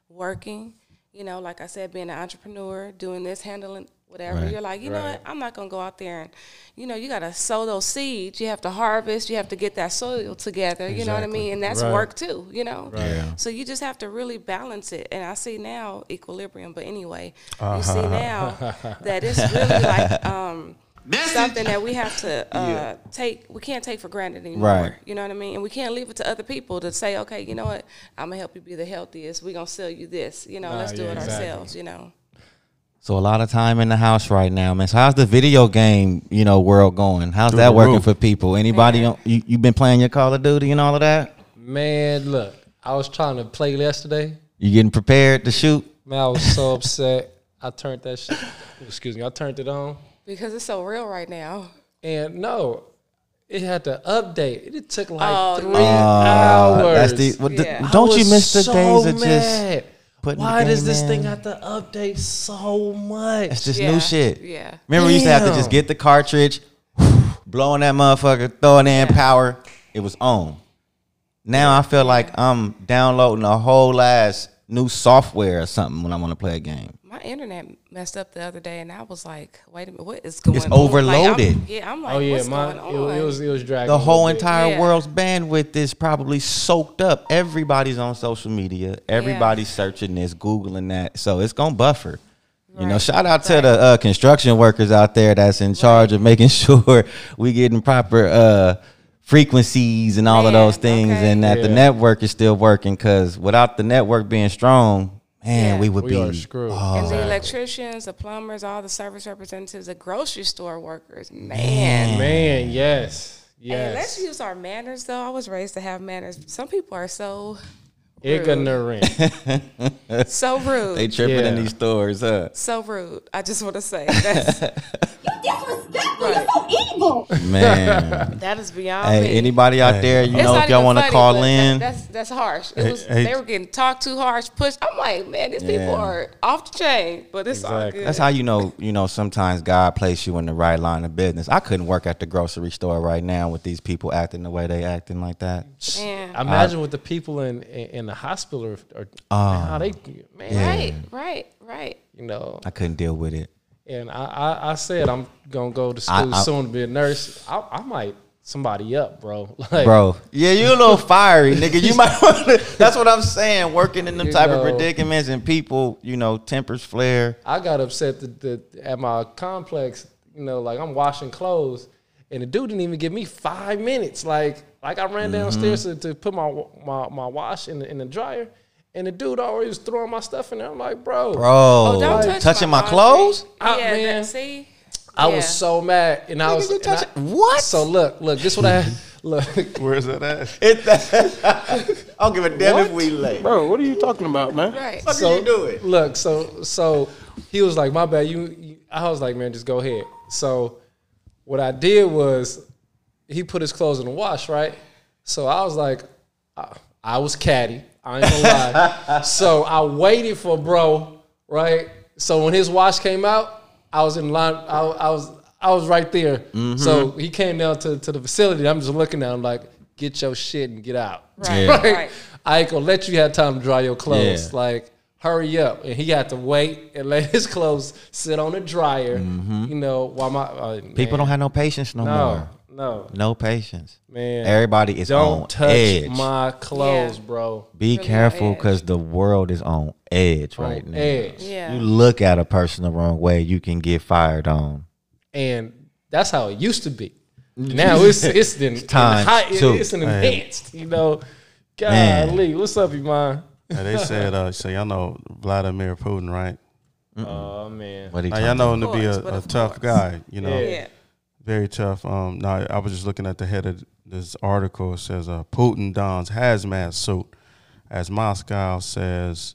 working, you know, like I said, being an entrepreneur, doing this, handling whatever. Right. You're like, you know what? I'm not gonna go out there and, you know, you gotta sow those seeds. You have to harvest. You have to get that soil together. You know what I mean? And that's Right. work too. You know. Yeah. So you just have to really balance it. And I see now equilibrium. But anyway, Uh-huh. you see now that it's really like um, something that we have to uh, take. We can't take for granted anymore. Right. You know what I mean? And we can't leave it to other people to say, okay, you know what? I'm gonna help you be the healthiest. We're gonna sell you this. You know, Nah, let's do yeah, it exactly. ourselves. You know. so a lot of time in the house right now, man. So how's the video game, you know, world going? How's Through that the working roof. for people? Anybody? On, you you been playing your Call of Duty and all of that? Man, look, I was trying to play yesterday. You getting prepared to shoot? Man, I was [LAUGHS] so upset. I turned that shit. Excuse me. I turned it on, Because it's so real right now. and no, it had to update. It took like Oh, three yeah. Uh, hours. that's the, what the- Yeah. I Don't I you was miss the so days of just? mad. putting the Why does game this in? thing have to update so much? It's just Yeah. new shit. Yeah. Remember, we used to have to Damn. just get the cartridge, [SIGHS] blowing that motherfucker, throwing Yeah. in power. It was on. Now I feel like I'm downloading a whole ass new software or something when I want to play a game. My internet messed up the other day, and I was like, "Wait a minute, what is going on?" Like, I'm- overloaded. yeah, I'm like, oh yeah, "What's my going it, on?" was- it was it was dragging The a whole little bit. entire Yeah. world's bandwidth is probably soaked up. Everybody's on social media. Everybody's searching this, googling that. So it's gonna buffer. You know, Right. shout out to the uh, construction workers out there that's in charge of making [LAUGHS] sure we getting proper uh, frequencies and all Man, of those things, okay. and that the Yeah. network is still working. Because without the network being strong, man, Yeah. we would We be are screwed. Oh, And the electricians, the plumbers, all the service representatives, the grocery store workers. Man. Man, yes, Hey, let's Mm, yes, use our manners, though. I was raised to have manners. Some people are so, ignorant. [LAUGHS] [LAUGHS] so rude. they tripping in Yeah. these [LAUGHS] stores, huh? so rude. I just want to say that's, [LAUGHS] disrespectful. Right. You're so evil. Man that is beyond me. hey, anybody out there? You It's know, not if y'all even want to funny, call but in. that- that's that's harsh. It was, hey. they were getting talked to harsh, pushed. I'm like, man, these people Yeah. are off the chain, but it's all Exactly. good. That's how you know, you know, sometimes God placed you in the right line of business. I couldn't work at the grocery store right now with these people acting the way they acting like that. Man. Imagine what the people in in, in the hospital are, are Ah. how they man, Right, right, right. you know. I couldn't deal with it. And I, I, I said I'm gonna go to I- school I- soon to be a nurse. I, I might somebody up, bro. [LAUGHS] Like, bro. Yeah, you a little fiery, nigga. You might. Wanna, [LAUGHS] that's what I'm saying. Working in them You type of know. predicaments and people, you know, tempers flare. I got upset that, that at my complex, you know, like I'm washing clothes, and the dude didn't even give me five minutes. Like, like I ran downstairs to, to put my wa- my my wash in the, in the dryer, and the dude already was throwing my stuff in there. I'm like, bro, Bro, Oh, don't touch touching my, laundry. clothes. Ah, yeah, that- man. see, I Yeah. was so mad, and I Nigga, was you and touch I- it- what? So look, look, this what I look. Where's that at? It, I don't give a damn if we late. Bro, what are you talking about, man? right? How So did you do it? look, so so he was like, "My bad." You, you, I was like, "Man, just go ahead." So what I did was he put his clothes in the wash, right? So I was like, I, I was catty. I ain't gonna lie. so I waited for bro, right? So when his wash came out, I was in line. I, I was I was right there. So he came down to, to the facility. I'm just looking at him like, get your shit and get out. Right, Yeah. right. I ain't gonna let you have time to dry your clothes. Yeah. Like, hurry up. And he had to wait and [LAUGHS] let his clothes sit on the dryer, you know, while my. Uh, Mm-hmm. People don't have no patience no, more. No, no. No patience. Man. Everybody is Don't on touch edge. my clothes, Yeah. bro. Be on careful edge. because the world is on edge On right now. edge. Yeah. You look at a person the wrong way, you can get fired on. And that's how it used to [LAUGHS] be. Now it's it's in, in times high, it- two. it's an enhanced, you know. Man. Golly, what's up, Iman? Hey, they said, uh, so y'all know Vladimir Putin, right? Oh man. What are you Now, talking y'all know him Of to be course, a, but a of tough course. guy, you know, Yeah. Yeah. very tough. Um, no, I was just looking at the head of this article. It says uh, Putin dons hazmat suit as Moscow says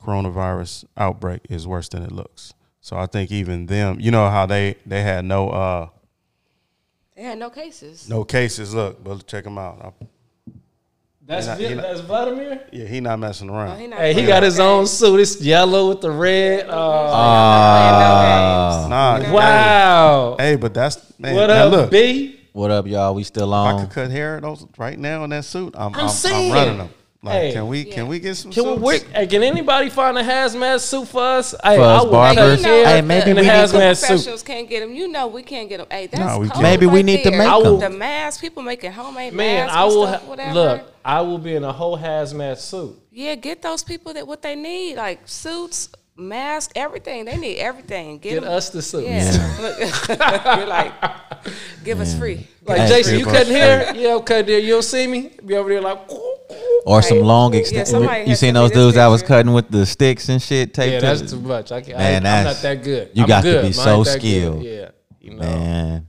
coronavirus outbreak is worse than it looks. So I think even them, you know how they they had no uh They had no cases. no cases. Look, but check them out. I- That's You're not- Vi- you're not- that's Vladimir. yeah, he not messing Oh, around. he not Hey, he playing got no his own games. suit. It's yellow with the red. Oh, He Uh, not playing no games. nah, hey, wow. Hey, but that's man. what now up, look, B? What up, y'all? We still I could on. cut hair those right now in that suit. I'm, I'm, I'm, saying. running them. Like, Hey. can we Yeah. can we get some? Can, we, suits? wait- hey, can anybody find a hazmat suit for us? Hey, For us would barbers. cut hair Hey, in maybe a we need medical hazmat suit. professionals can't get them. You know we can't get them. Hey, that's Nah, we cold can't. Maybe we right need to there. make I will- the mask. People making homemade Man, masks. I and will stuff, ha- whatever. look. I will be in a whole hazmat suit. Yeah, get those people that what they need, like suits, masks, everything. They need everything. Get, Get them- us the suit. Yeah. [LAUGHS] Look, You're like, give us free. Like Hey, Jason, hey, you bro. cutting hair? Yeah, I'm cutting hair. You don't see me? Be over there like. Or some Right. long Yeah, extensions. somebody you has seen to those be this dudes that was picture. cutting with the sticks and shit taped Yeah, to that's the- too much. I can't. Man, I, I'm that's- not that good. you I'm got to good, be but I so ain't that good. skilled. Yeah, you know. Man,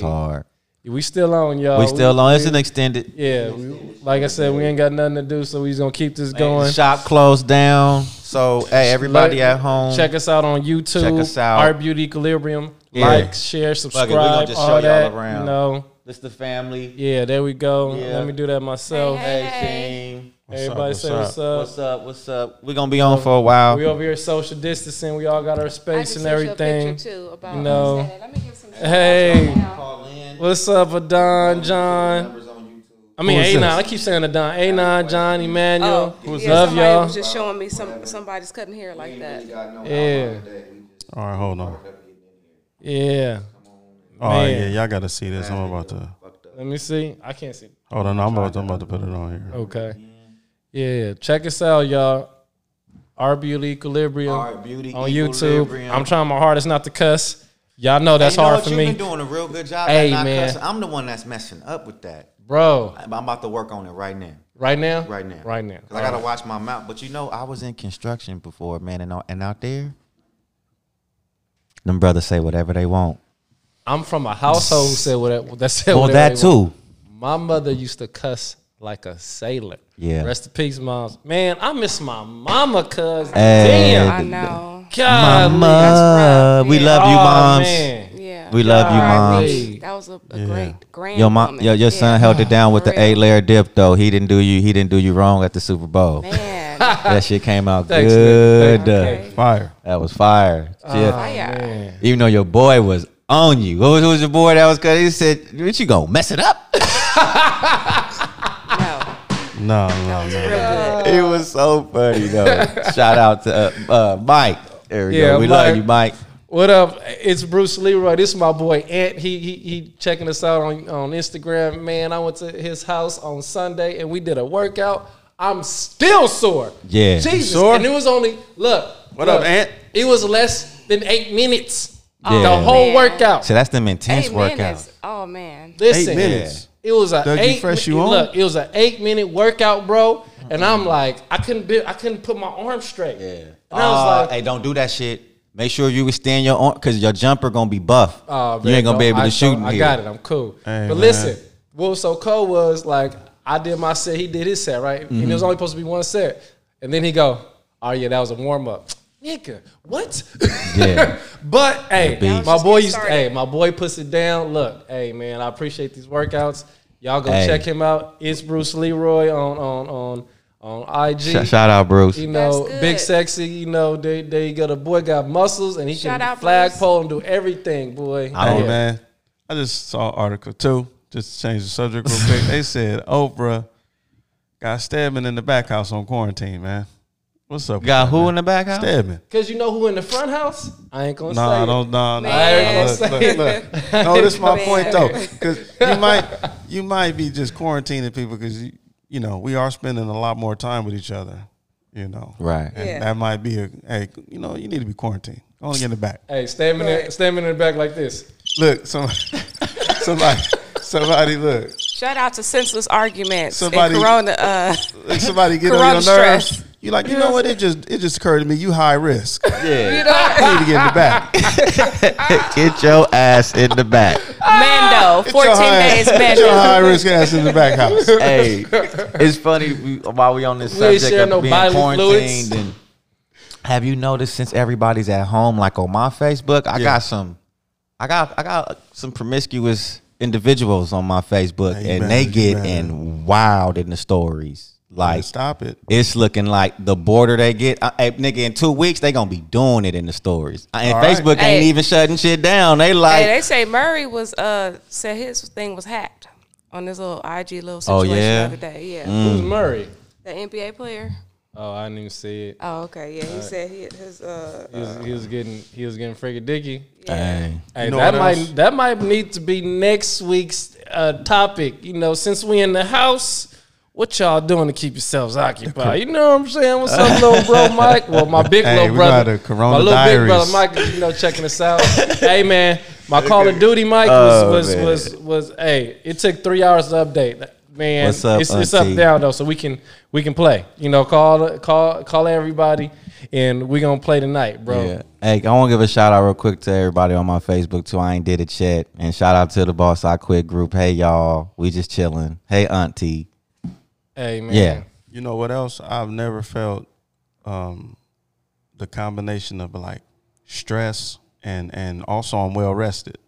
Golly. hard. Uh, We still on, y'all. we still on. It's an extended. Yeah, we, like I said, we ain't got nothing to do, so we just gonna keep this going. Shop closed down. So hey, everybody Let- at home. Check us out on YouTube. Check us out. Art Beauty Equilibrium. Yeah. Like, share, subscribe. we gonna just show all y'all that, around. You know. It's the family. Yeah, there we go. Yeah. Let me do that myself. Hey, Shane. What's up, Everybody what's say up? what's up. up? What's up? We're gonna be on for a while. We over here social distancing. We all got our I space just and sent you a everything. picture, too, about you know. us. Let me give some- Hey. Call in. What's up, Adon John? I mean, Who is A9. I this? keep saying Adon. A9, John, Emmanuel. Oh, Who's yeah, that? Love somebody y'all. was just showing me some somebody's cutting hair like that. Yeah. All right, hold on. Yeah. Oh Man. yeah, y'all got to see this. I'm about to. Let me see. I can't see. Hold on, I'm about to, I'm about to put it on Oh. here. Okay. Yeah. Check us out, y'all. Our Beauty Equilibrium Art Beauty on Equilibrium. YouTube. I'm trying my hardest not to cuss. Y'all know that's you know hard what? for You've me. been doing a real good job. Hey, at not man. cussing. I'm the one that's messing up with that. Bro, I'm about to work on it right now. right now? Right now. Right now. 'Cause I gotta watch my mouth. But you know, I was in construction before, man, and, and out there, them brothers say whatever they want. I'm from a household who said whatever. That [LAUGHS] said Well, whatever that they want. too. My mother used to cuss like a sailor. Yeah. Rest in peace, moms. Man, I miss my mama, cuz. Hey. Damn. I know. God. Mama, rough. we Yeah. love you, Oh, moms. man. Yeah. We love you, Golly. moms. That was a, a great grand Your mom, woman. your, your son Yeah. held it down with For the eight real. layer dip though. He didn't do you. He didn't do you wrong at the Super Bowl. [LAUGHS] Oh, Man. That shit came out Thanks, good. nigga. Thank Fire. That was fire. Shit. Fire. Man. Even though your boy was on you. What was, what was your boy that was cutting? He said, "What you gonna mess it up?" [LAUGHS] No. No, no, It's no. real good. it [LAUGHS] was so funny though. Shout out to uh, uh, Mike. There we Yeah, go. We Mike. love you, Mike. What up? It's Bruce Leroy. This is my boy Ant. He he, he checking us out on, on Instagram. Man, I went to his house on Sunday and we did a workout. I'm still sore. Yeah. You Jesus. sore? And it was only look. What look, up, Ant? It was less than eight minutes. Yeah. The whole man. workout. So that's them intense Eight workouts. minutes. Oh man. Listen, Eight minutes. it was a Dougie eight. Fresh mi- you on? Look, it was an eight minute workout, bro. And I'm like, I couldn't be, I couldn't put my arm straight. Yeah. And I was Uh, like, hey, don't do that shit. Make sure you extend your arm because your jumper gonna be buff. Oh, you man, ain't gonna be no, able to I shoot. don't- in I here. got it. I'm cool. Hey, but man. listen, what was so cool was like I did my set. He did his set right, and it Mm-hmm. was only supposed to be one set. And then he go, "Oh yeah, that was a warm up." Nigga, what? Yeah. [LAUGHS] but hey, beat. my Just boy get used started. hey, my boy puts it down. Look, hey man, I appreciate these workouts. Y'all go Hey. check him out. It's Bruce Leroy on on on on IG. Sh- shout out, Bruce. You know, That's big good. sexy. You know, there, there you go. The boy got muscles, and he Shout can out, flagpole and do everything, boy. I don't Hey Yeah. man, I just saw article two. Just to change the subject real quick. they said Oprah got Stedman in the back house on quarantine, man. What's up? with Got that, who man? in the back house? Stedman. Cause you know who in the front house? I ain't gonna Nah, say. don't, nah, nah. Man. Look, look, [LAUGHS] look. No, this is my Man. point though, because you might, you might be just quarantining people because you, you know, we are spending a lot more time with each other, you know. Right. And Yeah. that might be a, hey, you know, you need to be quarantined. Only in the back. Hey, standing in, standing in the back like this. Look, somebody, [LAUGHS] somebody, somebody, look. Shout out to senseless arguments Somebody- and [LAUGHS] Corona. Uh, Like somebody get on Corona your nerves. stress. You like, you know what? It just it just occurred to me. You high risk. You you Yeah. know, need to get in the back. Get your ass in [LAUGHS] the back. Mando, Get Ah, your [LAUGHS] [LAUGHS] fourteen high- days Get your Mando. high risk ass in the back house. [LAUGHS] hey, it's funny we, while we on this We ain't subject sharing of no being bodily quarantined. fluids. And have you noticed since everybody's at home, like on my Facebook, I got some, I got, I got some promiscuous individuals on my Facebook, Hey, you and better- they you get better. in wild in the stories. Like Stop it. it's looking like the border they get, I, hey, nigga. In two weeks, they gonna be doing it in the stories, Uh, and All right. Facebook ain't Hey. even shutting shit down. They like, Hey, they say Murray was uh said his thing was hacked on this little IG little situation Oh, yeah? Mm. the other day. Yeah, Mm. Who's Murray? the NBA player. Oh, I didn't even see it. Oh, okay. Yeah, he said he his uh. He was, he was getting he was getting frigga dicky. Hey. Hey, You know that what might else? that might need to be next week's uh, topic. You know, since we in the house, what y'all doing to keep yourselves occupied? You know what I'm saying? What's up, little [LAUGHS] bro, Mike? Well, my big Hey, little we brother, got a Corona my little big diaries. brother, Mike. is, You know, checking us out. hey, man, [LAUGHS] my Call of Duty, Mike Oh, was was, man. was was hey. It took three hours to update. Man, What's up, it's, it's up auntie? down though, so we can we can play. You know, call call call everybody, and we gonna play tonight, bro. Yeah. Hey, I want to give a shout out real quick to everybody on my Facebook too. I ain't did it yet. And shout out to the Boss I Quit group. Hey y'all, we just chilling. Hey Auntie. Hey, man. Yeah. You know what else? I've never felt um, the combination of like stress and and also I'm well rested.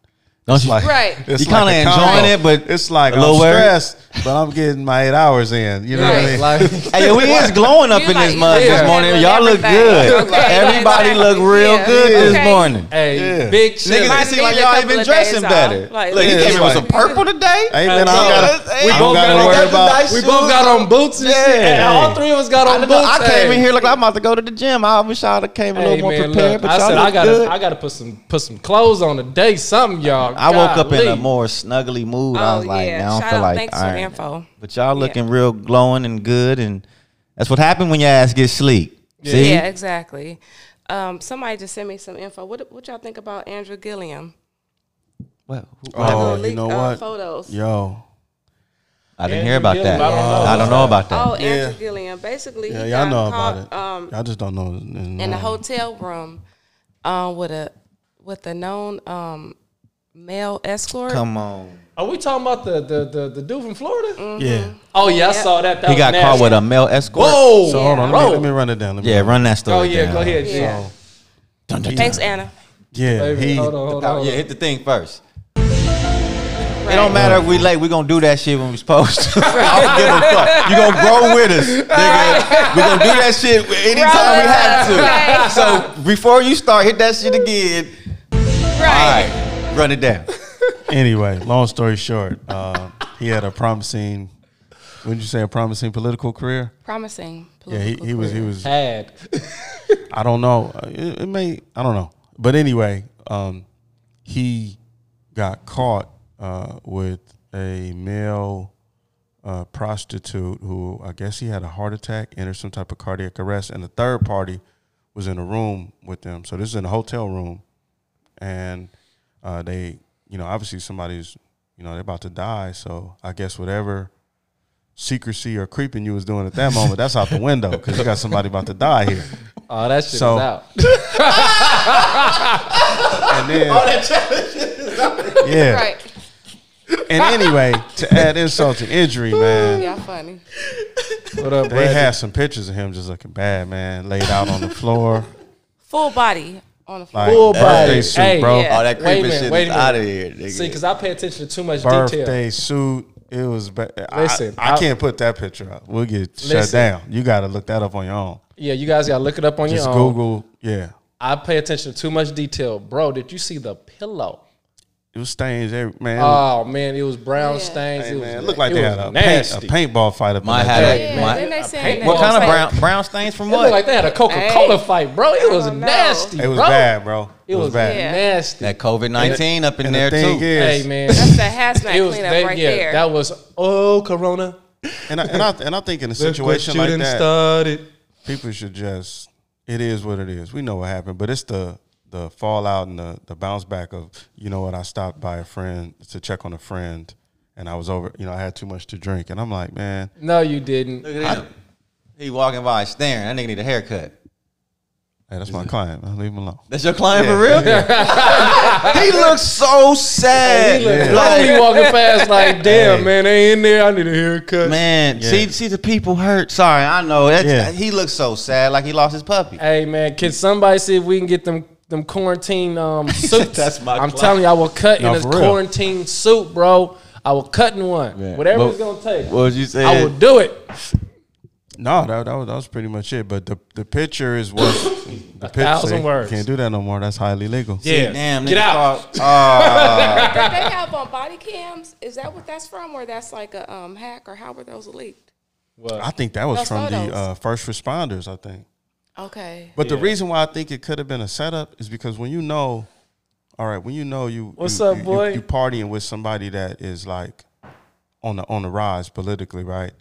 Don't you? Like, Right. it's You kinda a combo. enjoying it, but it's like a little I'm worried. stressed, but I'm getting my eight hours in. You know what I mean? Right. Like, hey, we is glowing up You in like- this mug this yeah. morning. Look Y'all look everything. good. Okay, like, Everybody exactly. look real Yeah. good this Okay. morning. hey, Yeah. big Niggas, chill. it Might seem need like a y'all couple even of dressing days off. better. Like, look, you yeah, came in with like- some purple today. Hey, man, I don't gotta, We I both don't gotta got worry on- about nice We both got on boots and shit. Yeah. Hey, All three of us got I, on don't boots. know, I came hey. in here like I'm about to go to the gym. I wish I'd have came a little Hey, more man, prepared, look, but I y'all said look I gotta good. I gotta put some put some clothes on today. Something, y'all. I woke up in a Golly. more snuggly mood. I Oh, was like, yeah. now I Shout feel out. like Thanks for all the right. info. But y'all looking real glowing and good, and that's what happened when your ass gets sleek. See, Yeah, exactly. Um, somebody just sent me some info. What what y'all think about Andrew Gilliam? Well, who- Oh, Leak, you know uh, what? photos. Yo, I didn't hear Andrew about Gillum, that. I don't know. I don't know about that. Oh, Andrew Yeah. Gilliam. Basically, yeah, he y'all got know caught about it. um, y'all just don't know. in a hotel room um, with a with a known um, male escort. Come on, Are we talking about the the the, the dude from Florida? Yeah. Oh yeah, I saw that. that he was got caught nasty. with a male escort. Whoa. So hold on, let Bro. me, let me run it down. Let me Yeah, run it run that story. Oh yeah, down. go ahead. G. Yeah. Thanks, Anna. Yeah, Baby, he, hold on, hold on. Oh, hold yeah, on. hit the thing first. It don't matter if we late. We gonna do that shit when we supposed to. [LAUGHS] I don't give a fuck. You gonna grow with us, nigga. We gonna do that shit anytime we have to. Right. So before you start, hit that shit again. All Right. right, run it down. anyway, long story short, uh, he had a promising. Wouldn't you say a promising political career? Promising. Yeah, he, he was. He was. Had I don't know. Uh, It, it may. I don't know. but anyway, um, he got caught uh, with a male uh, prostitute who I guess he had a heart attack, entered some type of cardiac arrest, and the third party was in a room with them. So this is in a hotel room, and uh, they, you know, obviously somebody's, you know, they're about to die. So I guess whatever secrecy or creeping you was doing at that moment, that's out the window because you got somebody about to die here. Oh, that shit So- is [LAUGHS] out. And then, [LAUGHS] yeah. Right. And anyway, to add insult to injury, man, Y'all funny. What up, they Brad? had some pictures of him just looking bad, man, laid out on the [LAUGHS] floor, Full body on the floor. like Full body. birthday suit, Hey, bro, yeah. All that Wait a creepy minute, shit wait is a out of minute. here, nigga. See, because I pay attention to too much detail. birthday suit. It was bad. Listen, I, I I- can't put that picture up. We'll get shut Listen. down. You got to look that up on your own. Yeah, you guys gotta look it up on Just your own. Google, yeah. I pay attention to too much detail, bro. Did you see the pillow? It was stains, every, man. it was- Oh man, it was brown Yeah. stains. hey, it was, man, it looked like it they was had a, paint, a nasty. paintball fight up My in hat. that Hey, Yeah, my- then they saying What that- kind of like, brown brown stains from It looked what? like they had a Coca Cola Hey. fight, bro. It was don't know. nasty. It was bro. bad, bro. It was bad. Yeah. nasty. That COVID nineteen up in And there the thing too. is, Hey man, That's the hazmat it was cleanup that- right yeah, there. that was oh Corona. and I, and, I, and I think in a situation like that, started. people should just it is what it is. We know what happened, but it's the the fallout and the the bounce back of you know what I stopped by a friend to check on a friend and I was over you know I had too much to drink and I'm like, man, No, you didn't. Look at him. He walking by staring. That nigga need a haircut. hey, that's [LAUGHS] my client. man. leave him alone. That's your client for real? [LAUGHS] he looks so sad. He looked Like, [LAUGHS] lonely walking past like, damn Hey. man, they ain't there. I need a haircut. man, see see the people hurt. Sorry, I know. That's, Yeah. He looks so sad, like he lost his puppy. Hey man, can somebody see if we can get them them quarantine [LAUGHS] um suits? "That's my I'm client." telling you, I will cut No, in a for real. quarantine suit, bro. I will cut in one. Man, Whatever but- it's gonna take. What was you saying? I will do it. No, that, that was that was pretty much it. But the the picture is what [COUGHS] the picture thousand see, words. Can't do that no more. That's highly legal. Yeah. Damn, Get nigga out. thought- Ah, Did they have on body cams? Is that what that's from, or that's like a um, hack, or how were those leaked? I think that was Those from photos. the uh, first responders. I think. Okay. But the reason why I think it could have been a setup is because when you know, all right, when you know you What's you- up, you- boy? You, you partying with somebody that is like on the on the rise politically, right?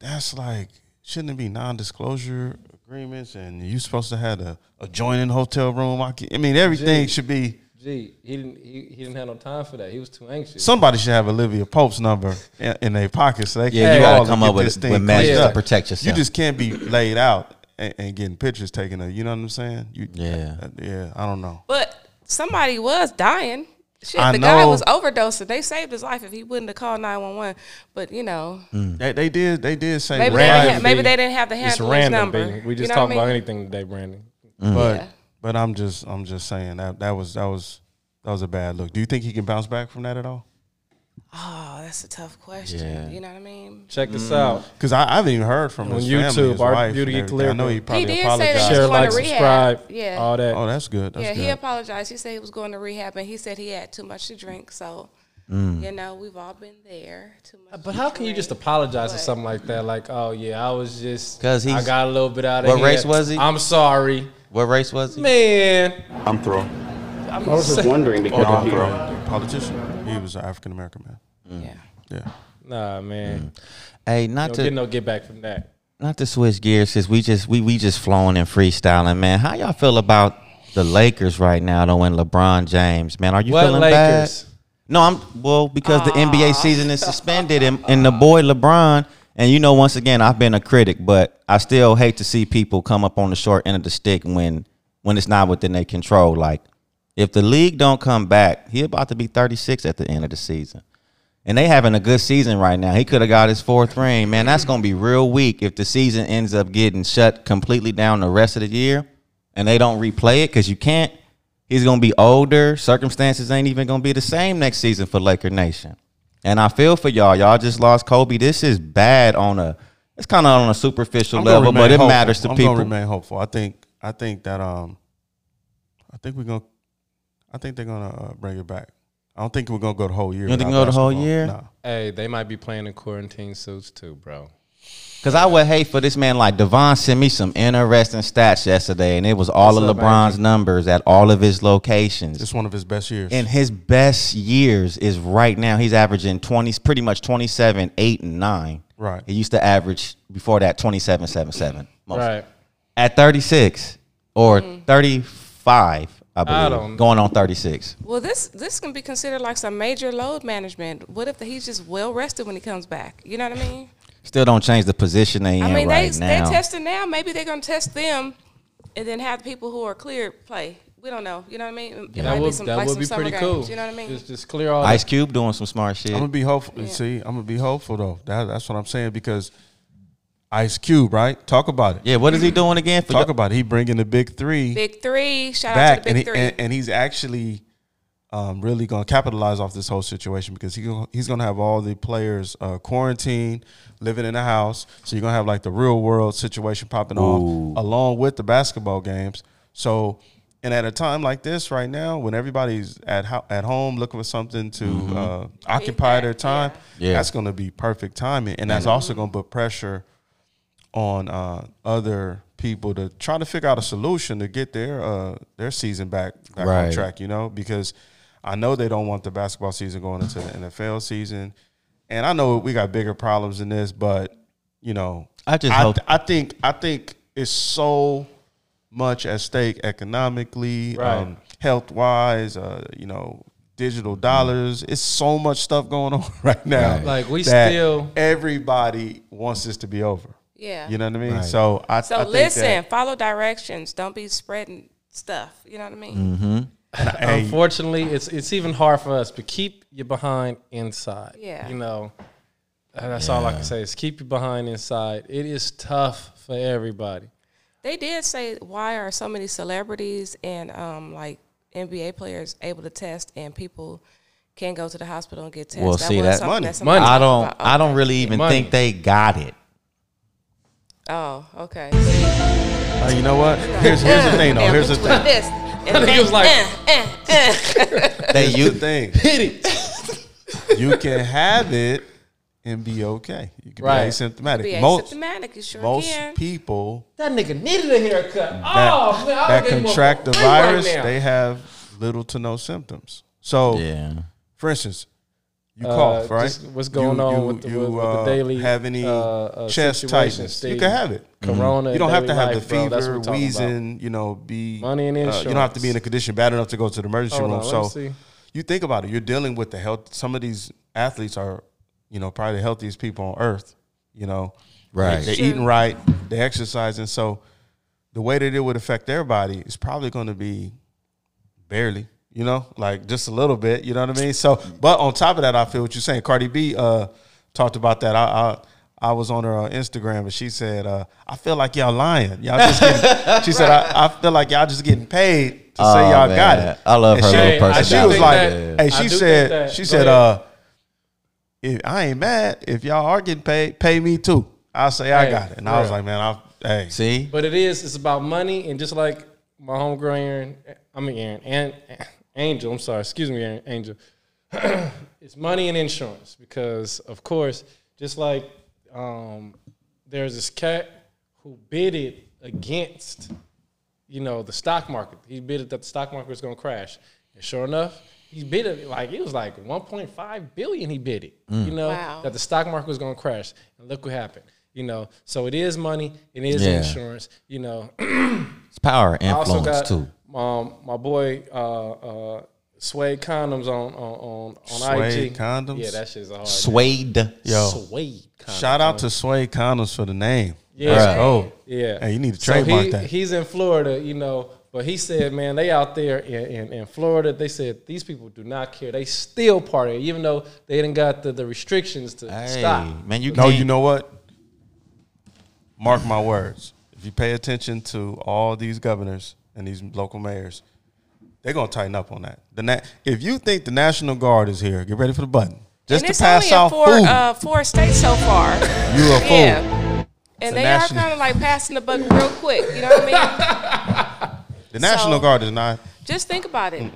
That's like shouldn't it be non-disclosure agreements and you supposed to have a adjoining hotel room? I, can, I mean, everything should be. Gee, he didn't he, he didn't have no time for that. He was too anxious. Somebody should have Olivia Pope's number in, in their pocket so they can Yeah, you all gotta come get up with- this thing with measures cleaned to up. protect yourself. You just can't be laid out and, and getting pictures taken of. You know what I'm saying? You, Yeah. uh, yeah. I don't know. But somebody was dying. Shit, I the guy know. was overdosing. They saved his life if he wouldn't have called nine one one. But you know, They, they did. They did say maybe they, random, didn't have, maybe they didn't have the it's handler's random, number. baby. We You just know what talking I about mean? anything today, Brandon. but Yeah. but I'm just I'm just saying that that was that was that was a bad look. Do you think he can bounce back from that at all? Oh, that's a tough question. You know what I mean? Check this out. Because I, I haven't even heard from On his YouTube, family, his Art wife, Beauty and everything. I know he Clearfield. probably He did say that apologized. he Share, going like, to rehab. subscribe, Yeah. all that. Oh, that's good. That's Yeah, good. he apologized. He said he was going to rehab, and he said he had too much to drink. So, Mm. you know, we've all been there. Too much. But to how can you drink. just apologize for But- something like that? Like, oh yeah, I was just 'Cause I he's- got a little bit out of What here. race was he? I'm sorry, what race was he? man. I'm through. I'm I was just saying- wondering because No, of you. politician. He was an African American man. Mm. Yeah. Yeah. Nah, man. Hey, not Don't to get no get back from that. not to switch gears since we just we we just flowing and freestyling, man. How y'all feel about the Lakers right now though and LeBron James, man? Are you What feeling Lakers? bad? No, I'm well because the NBA season is suspended and, and the boy LeBron and you know once again I've been a critic, but I still hate to see people come up on the short end of the stick when when it's not within their control. Like if the league don't come back, he about to be 36 at the end of the season. And they having a good season right now. He could have got his fourth ring. Man, that's gonna be real weak if the season ends up getting shut completely down the rest of the year and they don't replay it because you can't. He's gonna be older. Circumstances ain't even gonna be the same next season for Laker Nation. And I feel for y'all. Y'all just lost Kobe. This is bad on a it's kind of on a superficial I'm gonna level, but remain it hopeful. matters to I'm people. gonna remain hopeful. I think I think that um, I think we're gonna, I think they're gonna uh, bring it back. I don't think we're gonna go the whole year. You don't think without we'll go the whole basketball. year? Nah. Hey, they might be playing in quarantine suits too, bro. Cause I would hate for this man like Devon sent me some interesting stats yesterday, and it was all of LeBron's numbers at all of his locations. It's one of his best years. And his best years is right now. He's averaging 20, pretty much 27, 8, and 9. Right. He used to average before that 27, 7, 7. Most. Right. At 36 or Mm-hmm. 35, I believe. don't- Going on 36. Well, this this can be considered like some major load management. What if he's just well rested when he comes back? You know what I mean? Still don't change the position they in I mean, right they now. they testing now. Maybe they're gonna test them, and then have the people who are cleared play. We don't know. You know what I mean? It might That be would, some- that like would some be summer pretty games, cool. You know what I mean? Just, just clear all Ice Cube doing some smart shit. I'm gonna be hopeful. See, I'm gonna be hopeful though. That, that's what I'm saying because Ice Cube, right? Talk about it. yeah, what is he doing again? For Talk about it. He bringing the big three big three. Shout out back, to the and, big he, three. and and he's actually um, really gonna capitalize off this whole situation because he gon- he's gonna have all the players uh, quarantined, living in a house. So you're gonna have like the real world situation popping off along with the basketball games. So. And at a time like this, right now, when everybody's at ho- at home looking for something to uh, occupy their time, Yeah. that's going to be perfect timing, and that's also going to put pressure on uh, other people to try to figure out a solution to get their uh, their season back, back Right. on track. You know, because I know they don't want the basketball season going into the NFL season, and I know we got bigger problems than this, but you know, I just I, hope- I think I think it's so much at stake economically, Right. um, health wise, uh, you know. Digital dollars. It's so much stuff going [LAUGHS] on right now. Like, we that still- everybody wants this to be over. yeah. You know what I mean? So I so I think listen, that- follow directions. Don't be spreading stuff. You know what I mean? hey, Unfortunately, it's it's even hard for us, but keep you behind inside. Yeah. You know, and that's all I can say is keep you behind inside. It is tough for everybody. They did say why are so many celebrities and um, like NBA players able to test and people can go to the hospital and get tested. Well, see, was that- something Money. somebody I talked don't. about. I don't really even Money. think they got it. Oh, okay. Oh, uh, you know what? Here's here's the thing though. And Here's the [LAUGHS] people like thing. This, and eh, He was like- They Here's you. the thing. Hit it. [LAUGHS] You can have it and be okay. You can Right. be asymptomatic. Be most asymptomatic, you sure most can. people That nigga needed a haircut. that, oh man, I that don't give him a contract the fuck right virus, now. they have little to no symptoms. So, Yeah. for instance, you Uh, cough, right? just what's going on with the- with- with the uh, daily, have any uh, uh, chest situation, tightness? You Steve. can have it. Mm-hmm. Corona. You don't have to daily have life, the bro. That's what fever, we're talking about. wheezing. You know, be uh, Money and you don't have to be in a insurance. condition bad enough to go to the emergency Hold room. on, let me so see. you think about it. You're dealing with the health. Some of these athletes are, you know, probably the healthiest people on earth. You know, Right. They, are eating right. They exercising. So the way that it would affect their body is probably going to be barely. You know, like just a little bit. You know what I mean? So, but on top of that, I feel what you're saying. Cardi B uh, talked about that. I, I I was on her uh, Instagram and she said, uh, "I feel like y'all lying. Y'all [LAUGHS] just getting, she said, I, "I feel like y'all just getting paid to say Oh, y'all man. got it." I love And her she- little Hey, I And do she personality. was think like, that- "Hey," I she do said, think that- "She go said, ahead. uh, if I ain't mad, if y'all are getting paid, pay me too. I'll say I Hey, got it." And for I was real. like, "Man, I hey, See. But it is. It's about money, and just like my homegirl Aaron, I mean Aaron and Angel. I'm sorry. Excuse me, Aaron Angel. [CLEARS THROAT] it's money and insurance because, of course, just like um, there's this cat who bidded against, you know, the stock market. He bidded that the stock market was going to crash, and sure enough. He bid it like it was like 1.5 billion. He bid it, you know, Wow. that the stock market was going to crash, and look what happened, you know. So it is money, it is Yeah. insurance, you know. [CLEARS THROAT] It's power and I also influence got too. um, my boy uh, uh, Suede Condoms on on on, on Suede IG. Condoms? Yeah, that shit's a hard. Suede. yo." name. Suede Condoms. Shout out to Sway Connors for the name. Yeah. Let's go. Yeah. Hey, you need to So trademark he- that. He's in Florida, you know, but he said, man, they out there in, in, in Florida, they said these people do not care. They still partying, even though they didn't got the, the restrictions to Hey, stop. man, you no, can't- you know what? Mark my words. If you pay attention to all these governors and these local mayors, they're gonna tighten up on that. The na- if you think the National Guard is here, get ready for the button. Just and to it's pass only in out four, food, uh, four states so far. [LAUGHS] you a fool. Yeah. And they are national- kind of like passing the buck real quick. You know [LAUGHS] what I mean? The National so- Guard is not. Just think about it.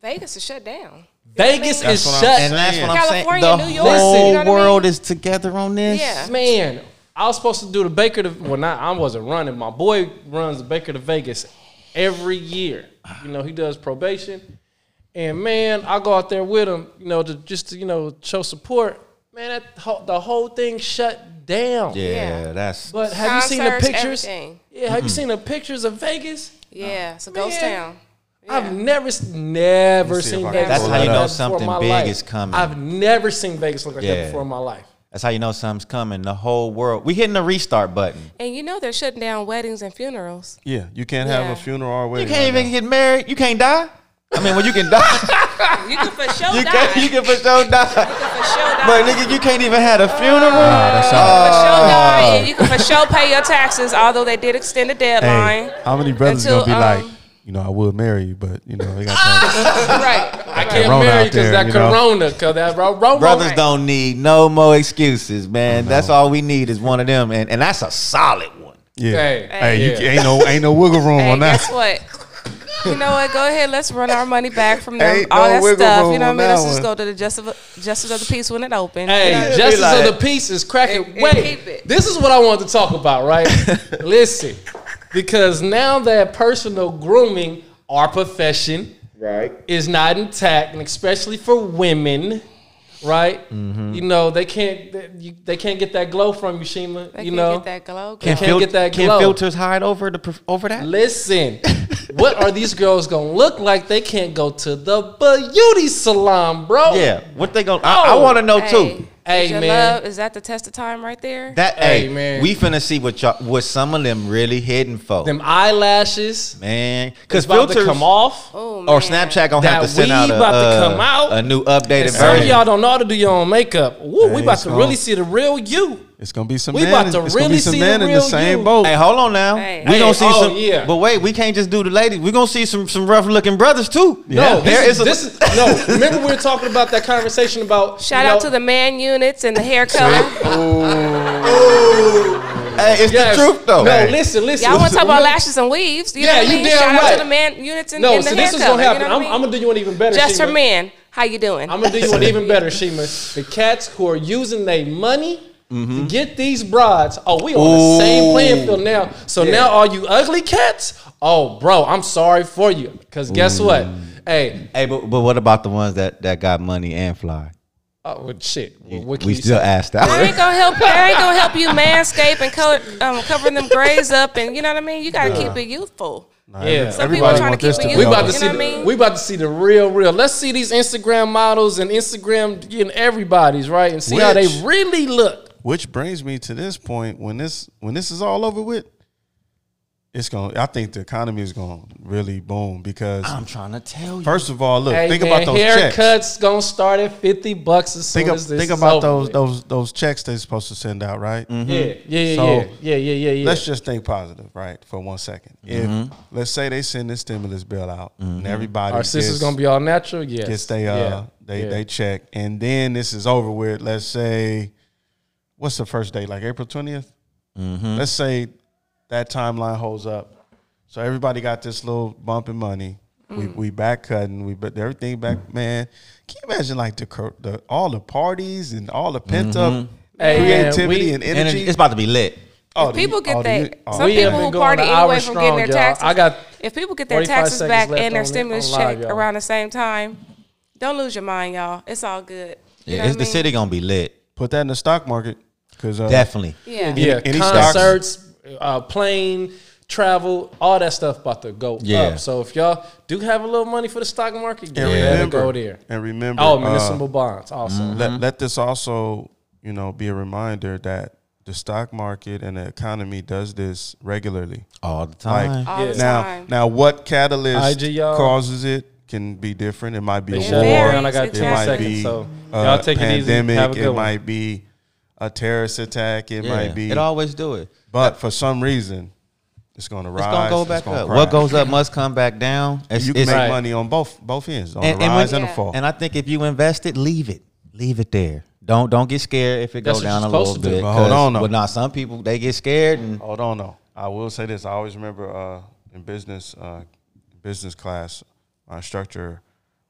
Vegas is shut down. Vegas That's is what I'm shut saying. and that's what I'm saying. California, The New York, whole you know what I world mean? is together on this. Yeah. Man, I was supposed to do the Baker to well not I wasn't running. My boy runs the Baker to Vegas every year. You know, he does probation. And man, I go out there with him, you know, to just to, you know, show support. Man, that whole, the whole thing shut down. Yeah, Yeah. that's But have you seen the Concerts, pictures? everything. Yeah, have you seen the pictures of Vegas? Yeah, it's a ghost man. town. I've never, s- never see if seen I can Vegas. That's look how you like know that before something in my big life. is coming. I've never seen Vegas look like Yeah. that before in my life. that's how you know something's coming. The whole world. We hitting the restart button. And you know they're shutting down weddings and funerals. Yeah, you can't Yeah. have a funeral or a You wedding. can't right even get married. You can't die. I mean, well, you can die. You can for sure [LAUGHS] you die. can. You can for sure die. for sure die. But nigga, you can't even have a funeral. that's for sure die, and you can for sure pay your taxes, although they did extend the deadline. Hey, how many brothers Until, gonna be like, um, you know, I would marry you, but you know, they got [LAUGHS] that Right. I can't Corona marry out because there, that you know. Corona, because that ro- ro- Brothers Right. don't need no more excuses, man. That's all we need is one of them, and, and that's a solid one. yeah. Hey, Hey, yeah. you ain't no ain't no wiggle room Hey, on that. guess what? You know what? Go ahead. Let's run our money back from them. Ain't All no that wiggle stuff. room You know what I on mean? Let's that just one. go to the justice, justice of the peace when it opens. Hey, You know? justice of like- the peace is cracking. And- and Wait, keep it. this is what I wanted to talk about, [LAUGHS] right? Listen, because now that personal grooming, our profession, right, is not intact, and especially for women, right? Mm-hmm. You know, they can't they, you, they can't get that glow from you, Shima. They you can't know, get that glow. Can't girl. fil- get that can glow. filters hide over the perf- over that? [LAUGHS] Listen, what are these girls gonna look like? They can't go to the beauty salon, bro. Yeah, what they gonna? I, I Oh. want to know Hey, too. Hey, is your man. love- is that the test of time right there? That Hey, hey, man. man, we finna see what y'all, what some of them really hidden for, Them eyelashes man. is Because about to filters come off. oh man. or Snapchat gonna That have to send out weed a, about to uh, come out. a new updated Some of version. y'all don't know how to do your own makeup. Woo, we Hey, about it's to really on. see the real you. It's gonna be some We men. about to it's really gonna be some see the men in the real same you. boat. Hey, hold on now. Hey. We Hey, gonna see oh, some, yeah. but wait, we can't just do the ladies. We gonna see some some rough looking brothers too. No, There this, is, is a- this is no. [LAUGHS] Remember we were talking about that conversation about Shout you out know, to the man units and the hair color. Hey, it's yes. the truth though. No, Hey. listen, listen. Y'all want to talk about lashes and weaves? You know Yeah, what I you mean? damn Shout out right. to the man units and, No, and the so hair this is color. gonna happen. You know I'm, what I I'm mean? gonna do you one even better. Just for Shima. men. How you doing? I'm gonna do you one [LAUGHS] even better, Shima. The cats who are using their money to get these broads. Oh, we on the same Mm-hmm. Ooh. playing field now. So now, all you ugly cats? Oh, bro, I'm sorry for you. Cause guess what? Hey, Hey, but, but what about the ones that, that got money and fly? oh well, shit. Well, what can We you still say? asked That ain't out. [LAUGHS] gonna help. That ain't gonna help you manscape and color, um, covering them grays up, and you know what I mean. You gotta keep it youthful. Nah, Yeah. every- Some people everybody trying want to this keep to it be We young. about to You see. know the, what I mean? We about to see the real, real. Let's see these Instagram models and Instagram getting everybody's right and see how they Which- really look. Which brings me to this point when this when this is all over with, it's going to I think the economy is going to really boom because I'm trying to tell you. first of all, look, Um, Hey, think man, about those haircuts checks. gonna start at fifty bucks as soon Think, of, as this think is about over those with. Mm-hmm. those those checks they're supposed to send out, right? Yeah, yeah, yeah, So, yeah, yeah, yeah, yeah, yeah. Let's just think positive, right, for one second. If let's say they send this stimulus bill out and everybody Our sister's gets- gonna be all natural. Yes. gets they uh Yeah. they Yeah. they check and then this is over with let's say what's the first date like april 20th let's say that timeline holds up so everybody got this little bump in money we, Mm. we back cutting we but everything back man can you imagine like the, cur- the all the parties and all the pent up Hey, man, creativity we- and And energy it's about to be lit. Oh, the- People oh, get the- that. oh, Some We uh, have people been who going party an anyway hour from getting their strong, y'all. taxes. I got If people get their 45 taxes seconds back left and their on it. stimulus I'm live, check y'all. around the same time, don't lose your mind, y'all. It's all good. You Yeah, know it's what the I mean? city gonna be lit. put that in the stock market because uh, Definitely. Yeah. yeah, any stocks? concerts, uh, plane travel, all that stuff about to go Yeah. up. So if y'all do have a little money for the stock market, yeah, and let it remember go there. and remember Oh, uh, municipal Mm-hmm. bonds also. Let, let this also, you know, be a reminder that the stock market and the economy does this regularly. All the Like time. All the now, time. now what catalyst IG, y'all. causes it can be different. It might be They a shut war. it down. I got it 10 might seconds, be so uh, y'all take it easy. Have a pandemic. good it one. might be a terrorist attack. It Yeah. might be. It always do it. but for some reason, it's going to rise. It's gonna go back gonna up. crash. What goes up must come back down. It's, You can it's- make Right. money on both both ends, on And- the and when- rise and the Yeah. fall. and I think if you invest it, leave it. Leave it there. Don't don't get scared if it That's goes what down a you're little supposed to do. bit. But hold 'cause- on, though. Well, now some people they get scared and Hold on, though. I will say this. I always remember uh, in business uh, business class, my instructor,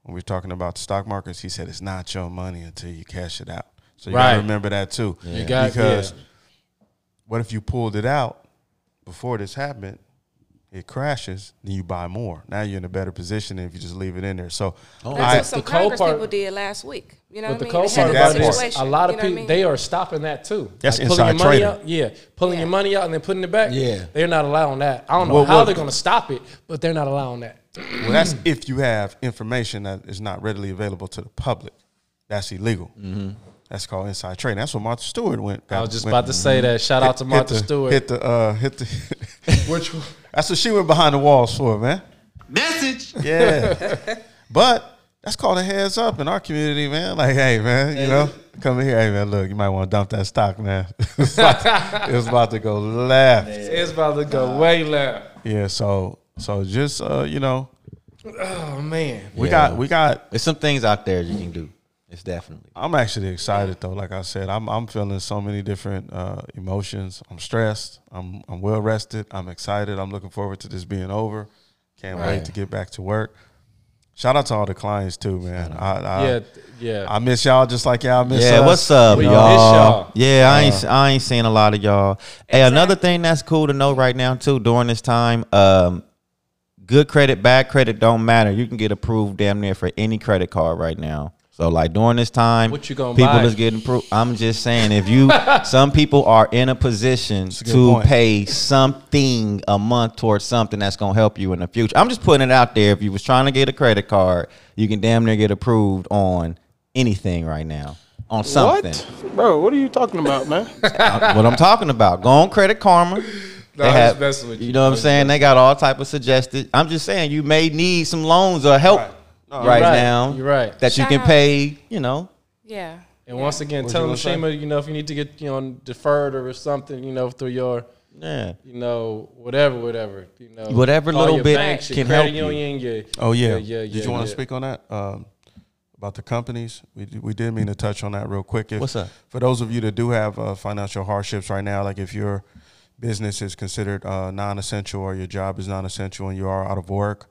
when we were talking about the stock markets, he said it's not your money until you cash it out. So you Right. gotta remember that too. You got- because what if you pulled it out before this happened? It crashes, then you buy more. Now you're in a better position than if you just leave it in there. So That's I- what some The cold Congress part- people did last week. You know But the what I mean? cold They had part that about that it is situation, a lot of you know what I people mean? they are stopping that too. That's pulling inside your money trading. out, yeah, pulling your Yeah. money out and then putting it back. Yeah. they're not allowing that. I don't know Well, how well- they're going to stop it, but they're not allowing that. Well, that's if you have information that is not readily available to the public. That's illegal. That's called inside trading. That's what Martha Stewart went. Mm-hmm. I was just about to say that. Shout out to Martha Stewart. Hit the uh, hit the. [LAUGHS] Which one? That's what she went behind the walls for, man. Message. Yeah, but that's called a heads up in our community, man. Like, hey, man, you know, come here, hey, man. Look, you might want to dump that stock, man. [LAUGHS] it, was about to, it was about to go [LAUGHS] left. It's about to go way left. Yeah, so so just uh, you know, Oh man, we Yeah. got we got There's some things out there you can do. It's definitely. I'm actually excited though. Like I said, I'm I'm feeling so many different uh, emotions. I'm stressed. I'm I'm well rested. I'm excited. I'm looking forward to this being over. Can't wait to get back to work. Shout out to all the clients too, man. I, I, yeah, th- yeah. I miss y'all just like y'all miss Yeah, us. what's up, We y'all? miss y'all. Yeah, I ain't I ain't seen a lot of y'all. Hey, another thing that's cool to know right now too during this time, um, good credit, bad credit don't matter. You can get approved damn near for any credit card right now. So like during this time, What you gonna people buy? is getting approved. I'm just saying, [LAUGHS] if you some people are in a a position good to point. pay something a month towards something that's gonna help you in the future. I'm just putting it out there. If you was trying to get a credit card, you can damn near get approved on anything right now. On something. Uh, Bro, what are you talking about, man? what I'm talking about. Go on Credit [LAUGHS] Karma. They I was have- messing with you. you know what I'm saying? They got all type of suggested. I'm just saying you may need some loans or help right, right. now. You're right. That you Shout can out. pay. You know. Yeah. And once again, tell them Shima, you know, if you need to get you know deferred or something, you know, through your Yeah. you know whatever, whatever, you know, Whatever call little your bit banks, your can credit help you. union, your- Oh yeah, yeah, Did you want to speak on that um, about the companies? We d- we did mean to touch on that real quick. If, What's up? For those of you that do have uh, financial hardships right now, like if your business is considered uh, non-essential or your job is non-essential and you are out of work,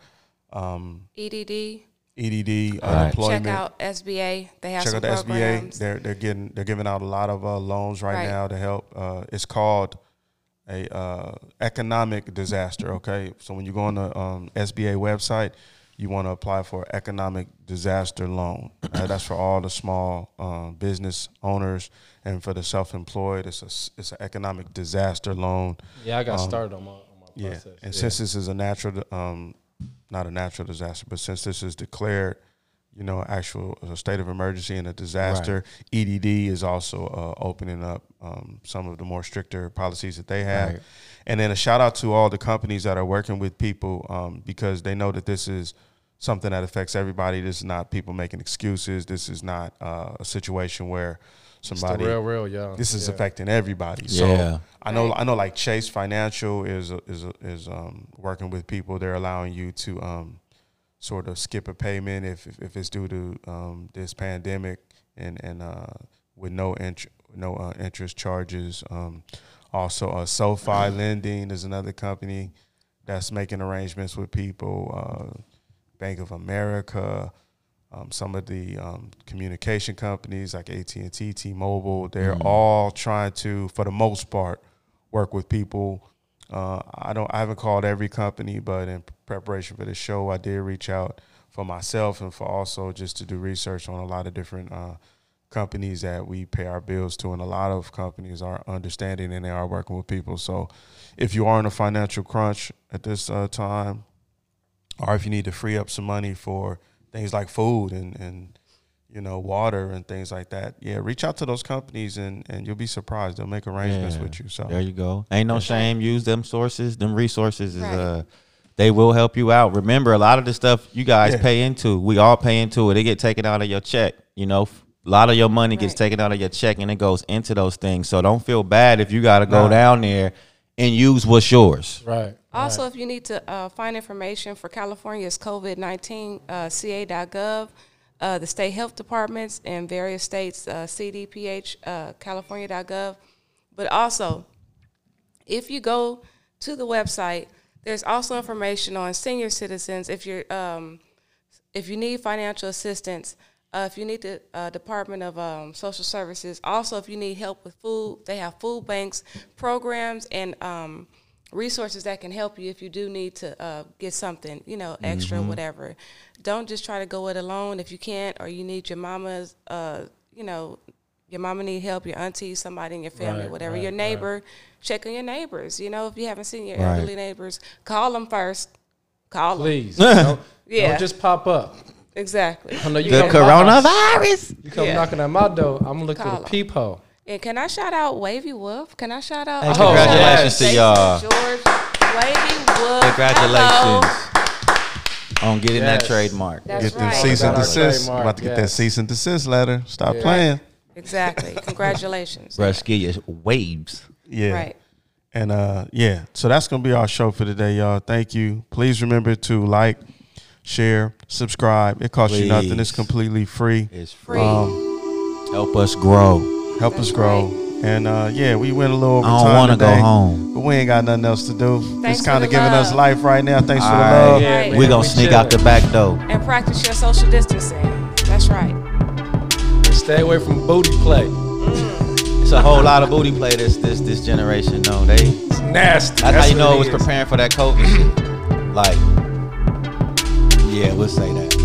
um, EDD. EDD, E Check unemployment. out SBA. They have check some out the SBA. programs. They're they're getting they're giving out a lot of uh, loans right, Right. now to help. Uh, it's called a uh, economic disaster. Okay, so when you go on the um, SBA website, you want to apply for economic disaster loan. [CLEARS THROAT] Uh, that's for all the small um, business owners and for the self employed. It's a s- it's an economic disaster loan. Yeah, I got started on my, on my Oh. Yeah, process. and since this is a natural, um, not a natural disaster, but since this is declared, you know, actual a state of emergency and a disaster, EDD is also uh, opening up um, some of the more stricter policies that they have. And then a shout out to all the companies that are working with people um, because they know that this is something that affects everybody. This is not people making excuses. This is not uh, a situation where It's the somebody real, real, y'all. this is Yeah. affecting everybody. Yeah. So I know I know like Chase Financial is is is um, working with people. They're allowing you to um, sort of skip a payment if if, if it's due to um, this pandemic and and uh, with no int- no uh, interest charges. Um, also, uh, [CLEARS THROAT] SoFi Lending is another company that's making arrangements with people. Uh, Bank of America, um, some of the um, communication companies like AT and T, T Mobile. They're all trying to, for the most part, work with people. Uh, I don't. I haven't called every company, but in preparation for this show, I did reach out for myself and for also just to do research on a lot of different uh, companies that we pay our bills to, and a lot of companies are understanding and they are working with people. So, if you are in a financial crunch at this uh, time, or if you need to free up some money for things like food and, and you know water and things like that yeah reach out to those companies and, and you'll be surprised they'll make arrangements Yeah. with you so There you go. Ain't no shame. Use them sources. Them resources is Right. uh they will help you out. Remember, a lot of the stuff you guys Yeah. pay into, we all pay into it. It get taken out of your check. You know, F- a lot of your money gets Right. taken out of your check and it goes into those things. So don't feel bad if you got to go Nah. down there and use what's yours. right. Also, if you need to uh, find information for California's COVID 19, uh, ca.gov, uh, the state health departments, and various states, uh, CDPH, uh, california.gov. But also, if you go to the website, there's also information on senior citizens. If you're um, if you need financial assistance, Uh, if you need the uh, Department of um, Social Services, also if you need help with food, they have food banks, programs, and um, resources that can help you if you do need to uh, get something, you know, extra, Mm-hmm. whatever. Don't just try to go it alone if you can't, or you need your mama's, uh, you know, your mama need help, your auntie, somebody in your family, Right, whatever. right, your right. neighbor, check on your neighbors. You know, if you haven't seen your elderly neighbors, call them first. Call them. [LAUGHS] Please, don't, Yeah. don't just pop up. Exactly. I know you The come to my house, Coronavirus. You come Yeah. knocking at my door. I'm gonna look Call through 'em. the peephole. And can I shout out Wavy Wolf? Can I shout out? Hey, congratulations yes. to y'all. George Wavy Wolf. Hello. Congratulations on getting that Yes. trademark. That's Get right. that cease and About our desist. trademark, About to get that yes. cease and desist letter. Stop playing. Exactly. [LAUGHS] Congratulations. Brusky is waves. Yeah. Right. And uh yeah, so that's gonna be our show for today, y'all. Thank you. Please remember to like, share, subscribe. It costs you nothing. It's Please. completely free. It's Free. Um, help us grow. Help us That's grow. And uh yeah, we went a little over I don't time wanna go today, home. But we ain't got nothing else to do. Thanks it's for kind the of giving us love. life right now. Thanks for the Alright. love. Yeah, man, We're gonna we sneak out the chilling. back door. and practice your social distancing. That's right. Stay away from booty play. It's a whole lot of booty play this this this generation though. They that's, It's nasty. That's, how you know it was prepared. preparing for that COVID shit. Like, yeah, we'll say that.